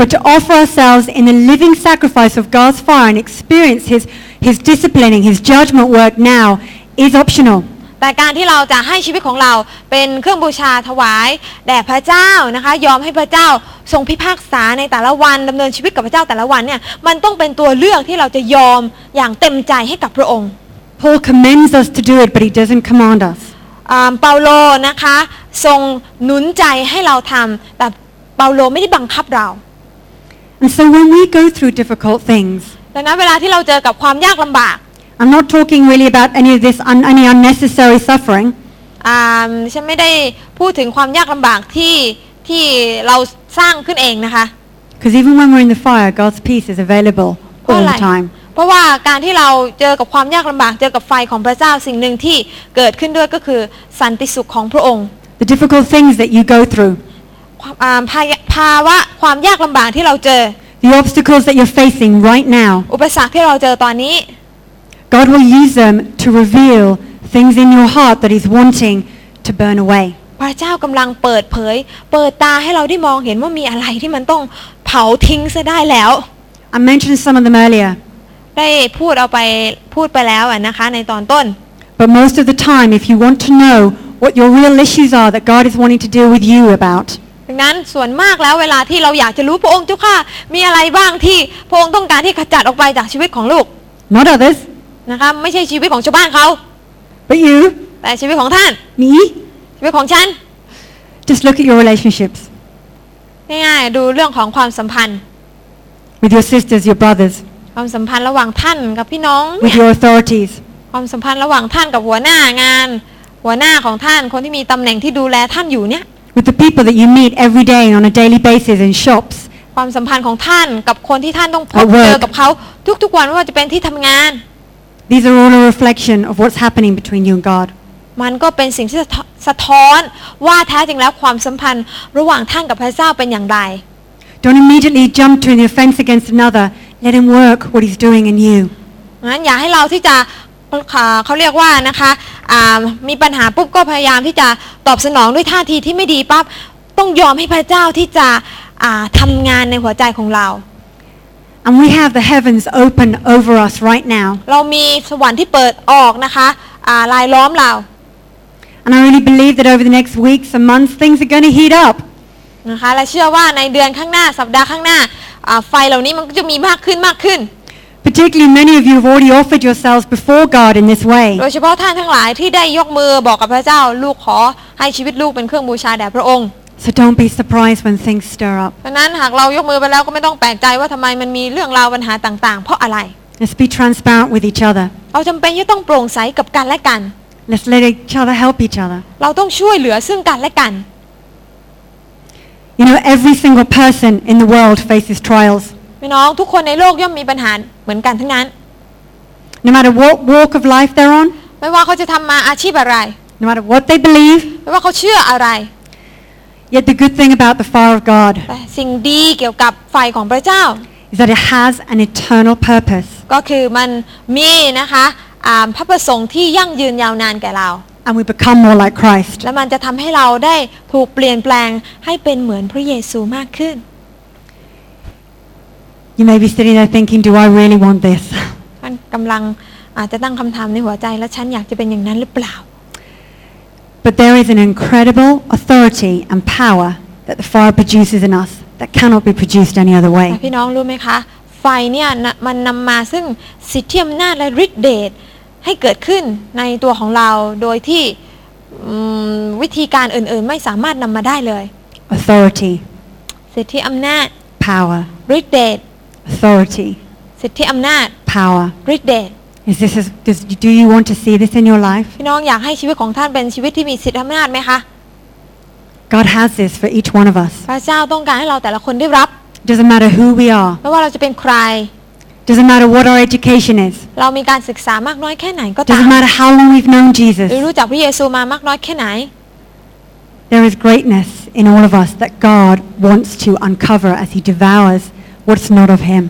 S1: but to offer ourselves in the living sacrifice of God's fire and experience His, His disciplining, His judgment work now is optional.
S2: แต่การที่เราจะให้ชีวิตของเราเป็นเครื่องบูชาถวายแด่พระเจ้านะคะ ยอมให้พระเจ้าทรงพิพากษาในแต่ละวันดำเนินชีวิตกับพระเจ้าแต่ละวันเนี่ยมันต้องเป็นตัวเลือกที่เราจะยอมอย่างเต็มใจให้กับพระองค์
S1: Paul commends us to do it, but he doesn't command us.
S2: อ่าเปาโลนะคะ ทรงหนุนใจให้เราทำแต่เปาโลไม่ได้บังคับเรา
S1: And so when we go through difficult things,
S2: ดังนั้นเวลาที่เราเจอกับความยากลำบาก
S1: I'm not talking really about any of this, un- any unnecessary suffering,
S2: อ่าฉันไม่ได้พูดถึงความยากลำบากที่ที่เราสร้างขึ้นเองนะคะ
S1: because even when we're in the fire, God's peace is available
S2: เพราะ
S1: all
S2: อะไร
S1: the time.
S2: เพราะว่าการที่เราเจอกับความยากลำบากเจอกับไฟของพระเจ้าสิ่งหนึ่งที่เกิดขึ้นด้วยก็คือสันติสุขของพระองค์
S1: the difficult things that you go through,
S2: ความอ่าภายภาวะความยากลำบากที่เราเจอ
S1: the obstacles that you're facing right now,
S2: อุปสรรคที่เราเจอตอนนี้
S1: God will use them to reveal things in your heart that He's wanting to burn away.
S2: พระเจ้ากำลังเปิดเผย เปิดตาให้เราได้มองเห็นว่ามีอะไรที่มันต้องเผาทิ้งซะได้แล้ว
S1: I mentioned some of them earlier,
S2: ได้พูดเอาไปพูดไปแล้วอะนะคะ ในตอนต้น
S1: but most of the time, if you want to know what your real issues are that God is wanting to deal with you about,
S2: ดังนั้นส่วนมากแล้วเวลาที่เราอยากจะรู้พระองค์เจ้าค่ะ มีอะไรบ้างที่พระองค์ต้องการที่ขจัดออกไปจากชีวิตของลูก
S1: not others,
S2: นะคะไม่ใช่ชีวิตของชาวบ้านเขา
S1: but you,
S2: แต่ชีวิตของท่าน
S1: me,
S2: ชีวิตของฉัน
S1: just look at your relationships
S2: ง่ายๆดูเรื่องของความสัมพันธ์
S1: with your sisters, your brothers,
S2: ความสัมพันธ์ระหว่างท่านกับพี่น้อง
S1: with your authorities,
S2: ความสัมพันธ์ระหว่างท่านกับหัวหน้างาน หัวหน้าของท่านคนที่มีตำแหน่งที่ดูแลท่านอยู่เนี่ย
S1: with the people that you meet every day on a daily basis in shops,
S2: ความสัมพันธ์ของท่านกับคนที่ท่านต้องพบ
S1: At work
S2: เจอกับเขาทุกๆวันไม่ว่าจะเป็นที่ทำงาน
S1: These are all a reflection of what's happening between you and God.
S2: มันก็เป็นสิ่งที่สะท้อสะท้อนว่าแท้จริงแล้วความสัมพันธ์ระหว่างท่านกับพระเจ้าเป็นอย่างไร
S1: Don't immediately jump to an offense against another. Let him work what he's doing in you.
S2: งั้นอย่าให้เราที่จะอ่าเขาเรียกว่านะคะอ่ามีปัญหาปุ๊บก็พยายามที่จะตอบสนองด้วยท่าทีที่ไม่ดีปั๊บต้องยอมให้พระเจ้าที่จะอ่าทำงานในหัวใจของเรา
S1: And we have the heavens open over us right now.
S2: เรามีสวรรค์ที่เปิดออกนะคะอ่ารายล้อมเรา
S1: And I really believe that over the next weeks and months, things are going to heat up.
S2: นะคะและเชื่อว่าในเดือนข้างหน้าสัปดาห์ข้างหน้าอ่าไฟเหล่านี้มันก็จะมีมากขึ้นมากขึ้น
S1: Particularly, many of you have already offered yourselves before God in this way.
S2: โดยเฉพาะท่านทั้งหลายที่ได้ยกมือบอกกับพระเจ้า ลูกขอให้ชีวิตลูกเป็นเครื่องบูชาแด่พระองค์
S1: So don't be surprised when things stir up.
S2: เพราะฉะนั้นหากเรายกมือไปแล้วก็ไม่ต้องแปลกใจว่าทำไมมันมีเรื่องราวปัญหาต่าง ๆ เพราะอะไร
S1: Let's be transparent with each other.
S2: เราจำเป็นที่ต้องโปร่งใสกับกันและกัน
S1: Let's let each other help each other.
S2: เราต้องช่วยเหลือซึ่งกันและกัน
S1: You know, every single person in the world faces trials.
S2: พี่น้องทุกคนในโลกย่อมมีปัญหาเหมือนกันทั้งนั้น
S1: No matter what walk of life they're on,
S2: ไม่ว่าเขาจะทำมาอาชีพอะไร
S1: no matter what they believe,
S2: ไม่ว่าเขาเชื่ออะไร
S1: yet the good thing about the fire of God
S2: แต่สิ่งดีเกี่ยวกับไฟของพระเจ้า
S1: is that it has an eternal purpose
S2: ก็คือมันมีนะคะอ่าพระประสงค์ที่ยั่งยืนยาวนานแก่เรา
S1: and we become more like Christ.
S2: และมันจะทำให้เราได้ถูกเปลี่ยนแปลงให้เป็นเหมือนพระเยซูมากขึ้น
S1: You may be sitting there thinking, do I really want this?
S2: ท่านกำลังอาจจะตั้งคำถามในหัวใจและฉันอยากจะเป็นอย่างนั้นหรือเปล่า
S1: But there is an incredible authority and power that the fire produces in us that cannot be produced any other
S2: แต่
S1: way.
S2: พี่น้องรู้ไหมคะ ไฟเนี่ยนะมันนำมาซึ่งสิทธิอำนาจและฤทธิเดชให้เกิดขึ้นในตัวของเราโดยที่อืมวิธีการอื่นๆ ไม่สามารถนำมาได้เลย
S1: Authority,
S2: สิทธิอำนาจ
S1: power,
S2: ฤทธิเดช
S1: authority,
S2: สิทธิอำนาจ
S1: power.
S2: ฤทธิเดช
S1: Is this, is, does, do you want to see this in your life?
S2: พี่น้องอยากให้ชีวิตของท่านเป็นชีวิตที่มีสิทธิอำนาจไหมคะ
S1: God has this for each one of us.
S2: พระเจ้าต้องการให้เราแต่ละคนได้รับ
S1: Doesn't matter who we are.
S2: ไม่ว่าเราจะเป็นใคร
S1: Doesn't matter what our education is.
S2: เรามีการศึกษามากน้อยแค่ไหนก็ตาม
S1: Doesn't matter how long we've known
S2: หรือ
S1: Jesus.
S2: รู้จักพระเยซูมามากน้อยแค่ไหน
S1: There is greatness in all of us that God wants to uncover as he devours what's not of him.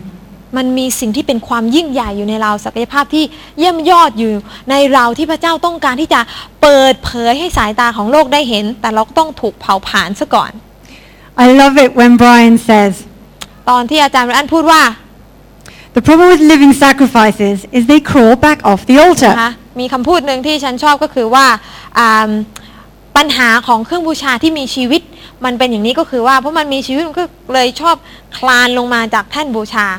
S2: มันมีสิ่งที่เป็นความยิ่งใหญ่อยู่ในเราศักยภาพที่เยี่ยมยอดอยู่ ในเราที่พระเจ้าต้องการที่จะเปิดเผยให้สายตาของโลกได้เห็น แต่เราก็ต้องถูกเผาผลาญซะก่อน
S1: I love it when Brian says,
S2: ตอนที่อาจารย์อันพูดว่า
S1: the problem with living sacrifices is they crawl back off the
S2: นะคะ
S1: altar.
S2: มีคำพูดหนึ่งที่ฉันชอบก็คือว่าอ่าปัญหาของเครื่องบูชาที่มีชีวิต มันเป็นอย่างนี้ก็คือว่าเพราะมันมีชีวิตมันก็เลยชอบคลานลงมาจากแท่นบูชา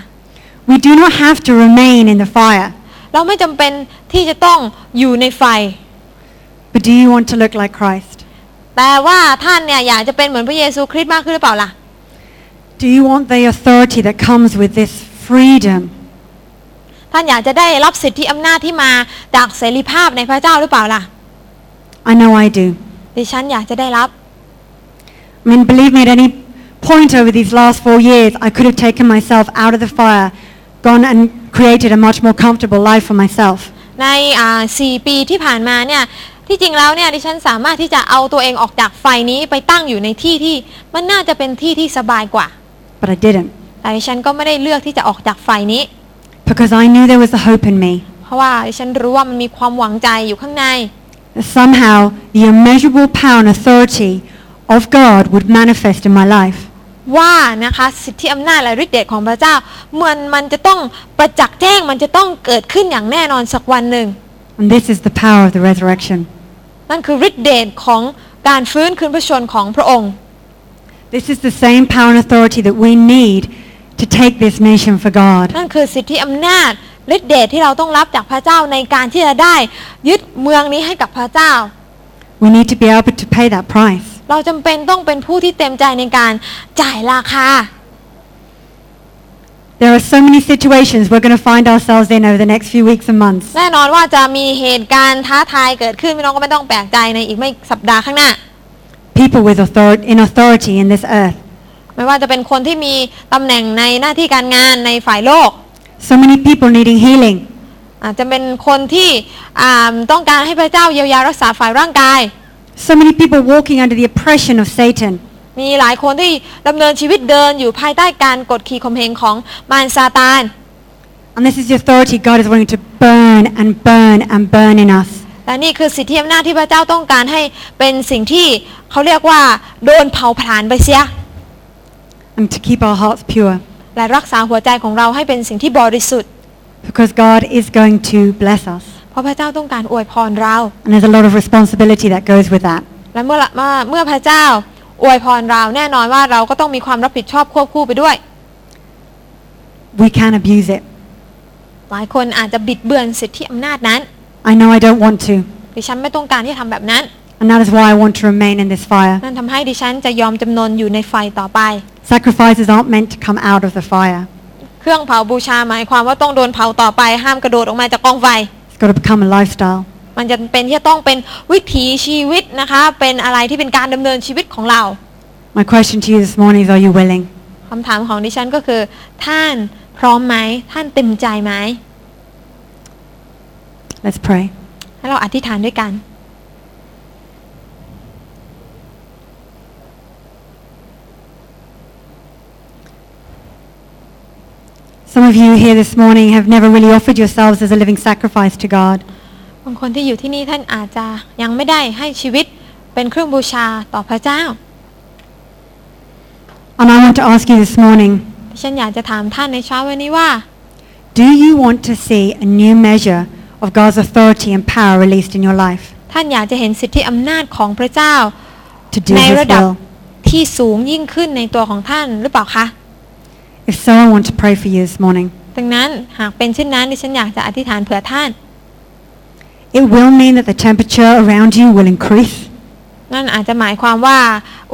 S1: We do not have to remain in the fire,
S2: เราไม่จำเป็นที่จะต้องอยู่ในไฟ
S1: but do you want to look like Christ?
S2: แต่ว่าท่านเนี่ยอยากจะเป็นเหมือนพระเยซูคริสต์มากขึ้นหรือเปล่าล่ะ
S1: Do you want the authority that comes with this freedom?
S2: ท่านอยากจะได้รับสิทธิอำนาจที่มาจากเสรีภาพในพระเจ้าหรือเปล่าล่ะ
S1: I know I do.
S2: ดิฉันอยากจะได้รับ
S1: I mean, believe me, at any point over these last four years, I could have taken myself out of the fire, gone and created a much more comfortable life for myself.
S2: ในอ่าสี่ปีที่ผ่านมาเนี่ยที่จริงแล้วเนี่ยดิฉันสามารถที่จะเอาตัวเองออกจากไฟนี้ไปตั้งอยู่ในที่ที่มันน่าจะเป็นที่ที่สบายกว่า
S1: But I didn't
S2: แต่ดิฉันก็ไม่ได้เลือกที่จะออกจากไฟนี้
S1: because I knew there was a hope in me.
S2: เพราะว่าดิฉันรู้ว่ามันมีความหวังใจอยู่ข้างใน
S1: that Somehow, the immeasurable power and authority of God would manifest in my life.
S2: ว่านะคะสิทธิอำนาจและฤทธิ์เดชของพระเจ้ามันมันจะต้องประจักษ์แจ้งมันจะต้องเกิดขึ้นอย่างแน่นอนสักวันหนึ่ง
S1: And this is the power of the resurrection.
S2: นั่นคือฤทธิ์เดชของการฟื้นคืนพระชนของพระองค์
S1: This is the same power and authority that we need to take this nation for God.
S2: นั่นคือสิทธิอำนาจฤทธิ์เดชที่เราต้องรับจากพระเจ้าในการที่จะได้ยึดเมืองนี้ให้กับพระเจ้า
S1: We need to be able to pay that price.
S2: เราจำเป็นต้องเป็นผู้ที่เต็มใจในการจ่ายราคา
S1: There are so many situations we're going to find ourselves in over the next few weeks and months.
S2: แน่นอนว่าจะมีเหตุการณ์ท้าทายเกิดขึ้นพี่น้องก็ไม่ต้องแปลกใจในอีกไม่สัปดาห์ข้างหน้า
S1: People with author- in authority in this earth.
S2: ไม่ว่าจะเป็นคนที่มีตำแหน่งในหน้าที่การงานในฝ่ายโลก
S1: So many people needing healing.
S2: อาจจะเป็นคนที่อ่าต้องการให้พระเจ้าเยียวยารักษาฝ่ายร่างกาย
S1: So many people walking under the oppression of Satan.
S2: มีหลายคนที่ดำเนินชีวิตเดินอยู่ภายใต้การกดขี่ข่มเหงของมารซาตาน
S1: And this is the authority God is wanting to burn and burn and burn in us.
S2: และนี่คือสิทธิอำนาจที่พระเจ้าต้องการให้เป็นสิ่งที่เขาเรียกว่า โดนเผาผลาญไปเสีย
S1: And to keep our hearts pure.
S2: และรักษาหัวใจของเราให้เป็นสิ่งที่บริสุทธิ์
S1: Because God is going to bless us.
S2: เพราะพระเจ้าต้องการอวยพรเรา
S1: And there's a lot of responsibility that goes with that.
S2: และเมื่อละเมื่อเมื่อพระเจ้าอวยพรเราแน่นอนว่าเราก็ต้องมีความรับผิดชอบควบคู่ไปด้วย
S1: We can abuse it.
S2: หลายคนอาจจะบิดเบือนสิทธิอำนาจนั้น
S1: I know I don't want to.
S2: ดิฉันไม่ต้องการที่จะทำแบบนั้น
S1: And that is why I want to remain in this fire.
S2: นั่นทำให้ดิฉันจะยอมจำนนอยู่ในไฟต่อไป
S1: Sacrifices aren't meant to come out of the fire.
S2: เครื่องเผาบูชาหมายความว่าต้องโดนเผาต่อไป ห้ามกระโดดออกมาจากกองไฟ
S1: It's got to become a lifestyle.
S2: มันจะเป็นที่จะต้องเป็นวิถีชีวิตนะคะ เป็นอะไรที่เป็นการดำเนินชีวิตของเรา
S1: My question to you this morning is are you willing?
S2: คำถามของดิฉันก็คือ ท่านพร้อมไหม ท่านเต็มใจไหม
S1: Let's pray.
S2: ให้เราอธิษฐานด้วยกัน
S1: Some of you here this morning have never really offered yourselves as a living sacrifice to God.
S2: บางคนที่อยู่ที่นี่ท่านอาจจะยังไม่ได้ให้ชีวิตเป็นเครื่องบูชาต่อพระเจ้า
S1: And I want to ask you this morning
S2: ดิฉันอยากจะถามท่านในเช้าวันนี้ว่า
S1: Do you want to see a new measure of God's authority and power released in your life
S2: ท่านอยากจะเห็นสิทธิอำนาจของพระเจ้า
S1: to do
S2: ใน
S1: His
S2: ระดับ
S1: will?
S2: ที่สูงยิ่งขึ้นในตัวของท่านหรือเปล่าคะ
S1: If so, I want to pray for you this morning.
S2: ดังนั้นหากเป็นเช่นนั้นดิฉันอยากจะอธิษฐานเผื่อท่าน
S1: It will mean that the temperature around you will increase.
S2: นั่นอาจจะหมายความว่า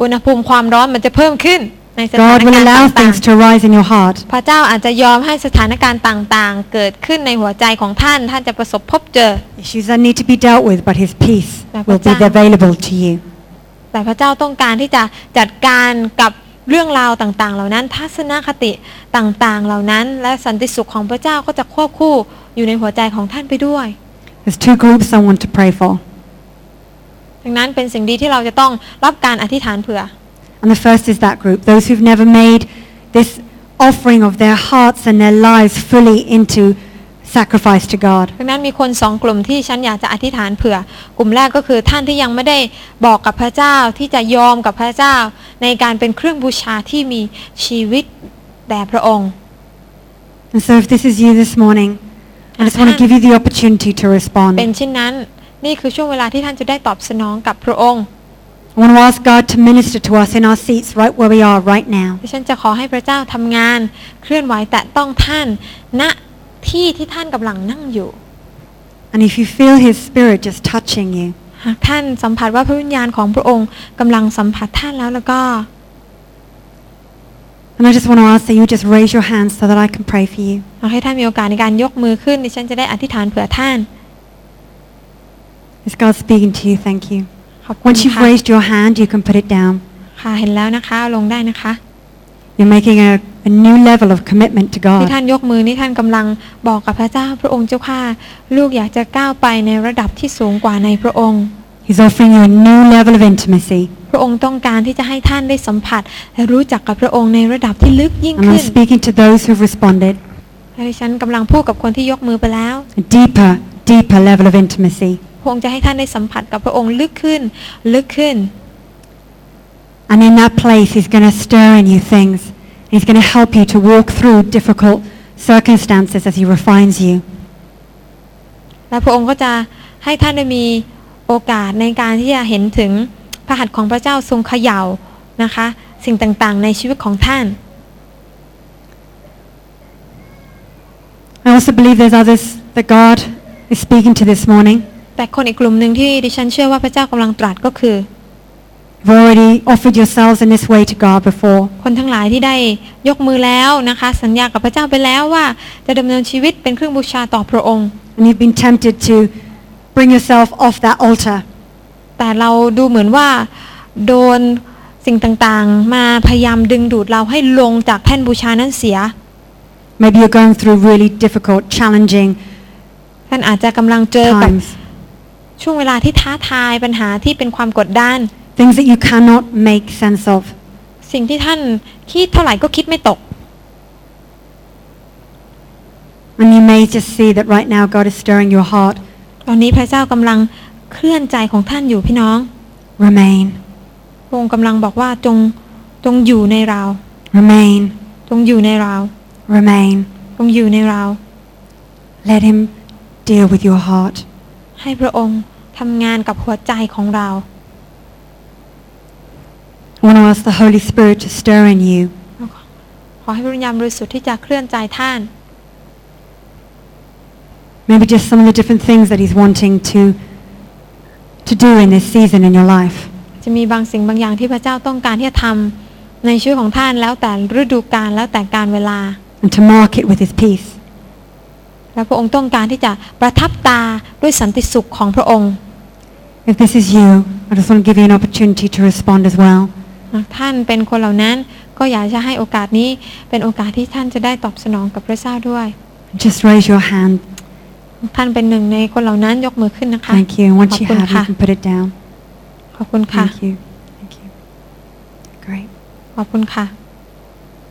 S2: อุณหภูมิความร้อนมันจะเพิ่มขึ้นในสถาน
S1: God
S2: กา
S1: will
S2: รณ์
S1: allow
S2: ต่าง
S1: things to arise in your heart.
S2: ๆ พระเจ้าอาจจะยอมให้สถานการณ์ต่างๆ เกิดขึ้นในหัวใจของท่าน ท่านจะประสบพบเจอ
S1: Issues that need to be dealt with, but His peace
S2: Dạ,
S1: will be
S2: Papa.
S1: available to you.
S2: แต่พระเจ้าต้องการที่จะจัดการกับเรื่องราวต่างๆ เหล่านั้น ทัศนคติต่างๆ เหล่านั้น และสันติสุขของพระเจ้าก็จะควบคู่อยู่ในหัวใจของท่านไปด้วย
S1: There's two groups I want to pray for.
S2: ดังนั้นเป็นสิ่งดีที่เราจะต้องรับการอธิษฐานเผื่อ
S1: And the first is that group, those who've never made this offering of their hearts and their lives fully into sacrifice to God.
S2: ดังนั้นมีคนสองกลุ่มที่ฉันอยากจะอธิษฐานเผื่อ กลุ่มแรกก็คือท่านที่ยังไม่ได้บอกกับพระเจ้าที่จะยอมกับพระเจ้า ในการเป็นเครื่องบูชาที่มีชีวิตแด่พระองค์
S1: And so if this is you this morning, I just want to give you the opportunity to
S2: เป็น
S1: respond.
S2: เช่นนั้น นี่คือช่วงเวลาที่ท่านจะได้ตอบสนองกับพระองค์
S1: I want to ask God to minister to us in our seats right where we are right now.
S2: ดิฉันจะขอให้พระเจ้าทำงาน เคลื่อนไหวแตะต้องท่านณที่ที่ท่านกำลังนั่งอยู่
S1: And if you feel His Spirit just touching you,
S2: หากท่านสัมผัสว่าพระวิญญาณของพระองค์กำลังสัมผัสท่านแล้วแล้วก็
S1: and I just want to ask that you just raise your hands so that I can pray for you.
S2: หากให้ท่านมีโอกาสในการยกมือขึ้น ดิฉันจะได้อธิษฐานเผื่อท่าน
S1: Is God speaking to you? Thank you.
S2: ขอบคุณ
S1: Once you've
S2: ค่ะ
S1: raised your hand, you can put it down.
S2: ค่ะเห็นแล้วนะคะลงได้นะคะ
S1: You're making a, a new level of commitment to
S2: ที่
S1: God.
S2: ท่านยกมือนี่ท่านกำลังบอกกับพระเจ้าพระองค์เจ้าข้าลูกอยากจะก้าวไปในระดับที่สูงกว่าในพระองค์
S1: He's offering you a new level of intimacy.
S2: พระองค์ต้องการที่จะให้ท่านได้สัมผัส และรู้จักกับพระองค์ในระดับที่ลึกยิ่ง
S1: And
S2: ขึ้
S1: I'm
S2: น
S1: speaking to those who've responded.
S2: และดิฉันกำลังพูดกับคนที่ยกมือไปแล้ว
S1: A deeper, deeper level of intimacy.
S2: พระองค์จะให้ท่านได้สัมผัสกับพระองค์ลึกขึ้น ลึกขึ้น
S1: And in that place, He's going to stir in you things. He's going to help you to walk through difficult circumstances as He refines you.
S2: และพระองค์ก็จะให้ท่านได้มีโอกาสในการที่จะเห็นถึงพระหัตถ์ของพระเจ้าทรงเขย่านะคะ สิ่งต่างๆ ในชีวิตของท่าน
S1: I also believe there's others that God is speaking to this morning.
S2: แต่คนอีกกลุ่มหนึ่งที่ดิฉันเชื่อว่าพระเจ้ากำลังตรัสก็คือ
S1: You've already offered yourselves in this way to God before.
S2: คนทั้งหลายที่ได้ยกมือแล้วนะคะ สัญญากับพระเจ้าไปแล้วว่าจะดำเนินชีวิตเป็นเครื่องบูชาต่อพระองค์
S1: And you've been tempted to bring yourself off that altar.
S2: แต่เราดูเหมือนว่า โดนสิ่งต่างๆ มาพยายามดึงดูดเราให้ลงจากแท่นบูชานั้นเสีย
S1: Maybe you're going through really difficult, challenging
S2: ท่านอาจจะกำลังเจอกับ
S1: times.
S2: ช่วงเวลาที่ท้าทายปัญหาที่เป็นความกดดัน
S1: Things that you cannot make sense of.
S2: สิ่งที่ท่านคิดเท่าไหร่ก็คิดไม่ตก
S1: And you may just see that right now God is stirring your heart.
S2: ตอนนี้พระเจ้ากำลังเคลื่อนใจของท่านอยู่พี่น้อง
S1: Remain.
S2: พระองค์กำลังบอกว่าจงจงอยู่ในเรา
S1: Remain.
S2: จงอยู่ในเรา
S1: Remain.
S2: จงอยู่ในเรา
S1: Let Him deal with your heart.
S2: ให้พระองค์ทำงานกับหัวใจของเรา
S1: I want to ask the Holy Spirit to stir in you.
S2: ขอให้พระวิญญาณบริสุทธิ์ที่จะเคลื่อนใจท่าน
S1: Maybe just some of the different things that He's wanting to, to do in this season in your life.
S2: จะมีบางสิ่งบางอย่างที่พระเจ้าต้องการที่จะทำในชีวิตของท่านแล้วแต่ฤดูกาลแล้วแต่การเวลา
S1: And to mark it with His peace.
S2: และพระองค์ต้องการที่จะประทับตาด้วยสันติสุขของพระองค์
S1: If this is you, I just want to give you an opportunity to respond as well.
S2: หากท่านเป็นคนเหล่านั้นก็อยากจะให้โอกาสนี้เป็นโอกาสที่ท่านจะได้ตอบสนองกับพระเจ้าด้วย
S1: Just raise your hand.
S2: ท่านเป็นหนึ่งในคนเหล่านั้นยกมือขึ้นนะคะ
S1: Thank you. And
S2: ขอ
S1: once
S2: บ
S1: you
S2: คุณ
S1: have,
S2: ค่ะ
S1: you can put it down.
S2: ขอบคุณค่ะ
S1: Thank you. Thank you. Great.
S2: ขอบคุณค่ะ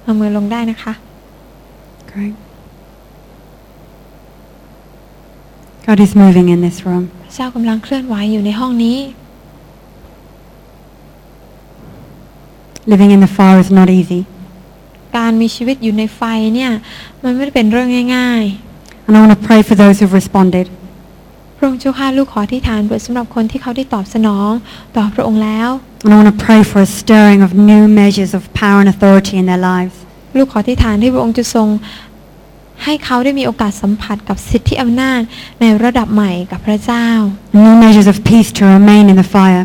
S2: เอามือลงได้นะคะ
S1: Great. God is moving in this room.
S2: พระเจ้ากำลังเคลื่อนไหวอยู่ในห้องนี้
S1: Living in the fire is not easy.
S2: การมีชีวิตอยู่ในไฟเนี่ยมันไม่ได้เป็นเรื่องง่าย
S1: And I want to pray for those who've responded.
S2: ๆ พระองค์เจ้าข้าลูกขอที่ฐานเปิดสำหรับคนที่เขาได้ตอบสนองต่อพระองค์แล้ว
S1: And I want to pray for a stirring of new measures of power and authority in their lives.
S2: ลูกขอที่ฐานที่พระองค์จะทรง ให้เขาได้มีโอกาสสัมผัสกับสิทธิอำนาจในระดับใหม่กับพระเจ้า
S1: New measures of peace to remain in the fire.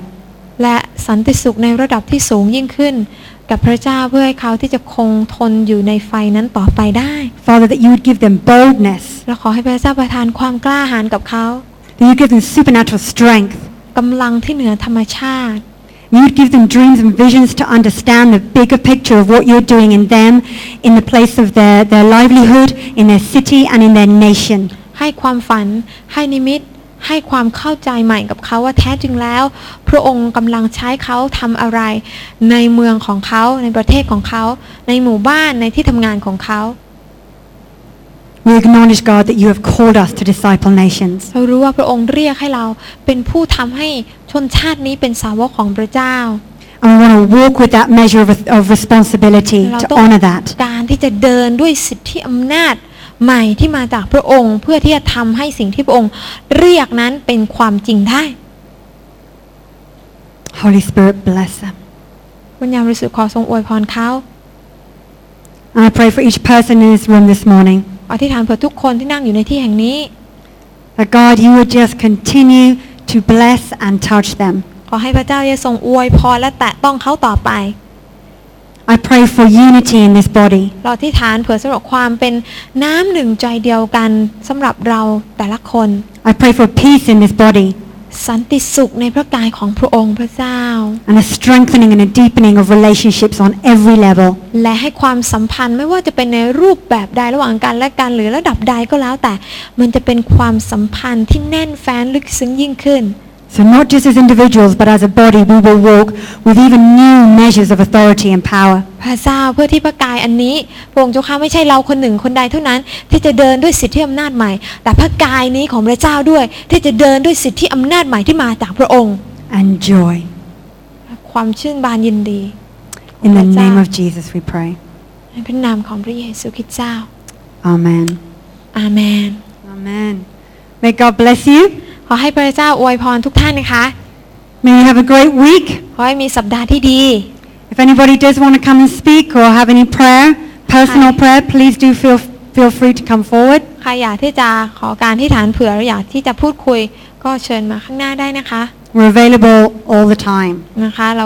S2: และสันติสุขในระดับที่สูงยิ่งขึ้น กับพระเจ้าเพื่อให้เขาที่จะคงทนอยู่ในไฟนั้นต่อไปได้
S1: Father, that you would give them boldness,
S2: และขอให้พระเจ้าประทานความกล้าหาญกับเขา
S1: that you'd give them supernatural strength,
S2: กำลังที่เหนือธรรมชาติ
S1: You would give them dreams and visions to understand the bigger picture of what you're doing in them, in the place of their, their livelihood, in their city, and in their nation.
S2: ให้ความฝัน ให้นิมิต ให้ความเข้าใจใหม่กับเขาว่าแท้จริงแล้ว พระองค์กำลังใช้เขาทำอะไร ในเมืองของเขาในประเทศของเขา ในหมู่บ้านในที่ทำงานของเขา
S1: We acknowledge, God, that you have called us to disciple nations.
S2: เรารู้ว่าพระองค์เรียกให้เราเป็นผู้ทำให้ชนชาตินี้เป็นสาวกของพระเจ้า
S1: And we want to walk with that measure of, of responsibility
S2: เรา
S1: to
S2: ต้อง
S1: honor that.
S2: การที่จะเดินด้วยสิทธิอำนาจใหม่ที่มาจากพระองค์ เพื่อที่จะทำให้สิ่งที่พระองค์เรียกนั้นเป็นความจริงได้
S1: Holy Spirit, bless them.
S2: วิญญาณบริสุทธิ์ขอทรงอวยพรเขา
S1: And I pray for each person in this room this morning
S2: อธิษฐานเผื่อทุกคนที่นั่งอยู่ในที่แห่งนี้
S1: that, God, you would just continue to bless and touch them.
S2: ขอให้พระเจ้าจะทรงอวยพรและแตะต้องเขาต่อไป
S1: I pray for unity in this body.
S2: เราอธิษฐานเผื่อสำหรับความเป็นน้ำหนึ่งใจเดียวกันสำหรับเราแต่ละคน
S1: I pray for peace in this body.
S2: สันติสุขในพระกายของพระองค์พระเจ้า
S1: and a strengthening and a deepening of relationships on every level.
S2: และให้ความสัมพันธ์ไม่ว่าจะเป็นในรูปแบบใดระหว่างกันและกันหรือระดับใดก็แล้วแต่ มันจะเป็นความสัมพันธ์ที่แน่นแฟ้นลึกซึ้งยิ่งขึ้น
S1: So, not just as individuals, but as a body, we will walk with even new measures of authority and power.
S2: พระเจ้าเพื่อที่พระกายอันนี้พระองค์เจ้าข้าไม่ใช่เราคนหนึ่งคนใดเท่านั้น ที่จะเดินด้วยสิทธิอำนาจใหม่ แต่พระกายนี้ของพระเจ้าด้วย ที่จะเดินด้วยสิทธิอำนาจใหม่ที่มาจากพระองค์
S1: and joy.
S2: ความชื่นบานยินดี
S1: In the
S2: That's
S1: name
S2: all.
S1: of Jesus, we pray.
S2: ในพระนามของพระเยซูคริสต์เจ้า
S1: Amen.
S2: อาเมน
S1: Amen. May God bless you.
S2: ขอให้พระเจ้าอวยพรทุกท่านนะคะ
S1: May you have a great week.
S2: ขอให้มีสัปดาห์ที่ดี
S1: If anybody does want to come and speak or have any prayer, personal
S2: Hi.
S1: prayer, please do feel, feel free to come forward.
S2: ใครอยากที่จะขอการที่ฐานเผื่อหรืออยากที่จะพูดคุยก็เชิญมาข้างหน้าได้นะคะ
S1: We're available all the time.
S2: นะคะเรา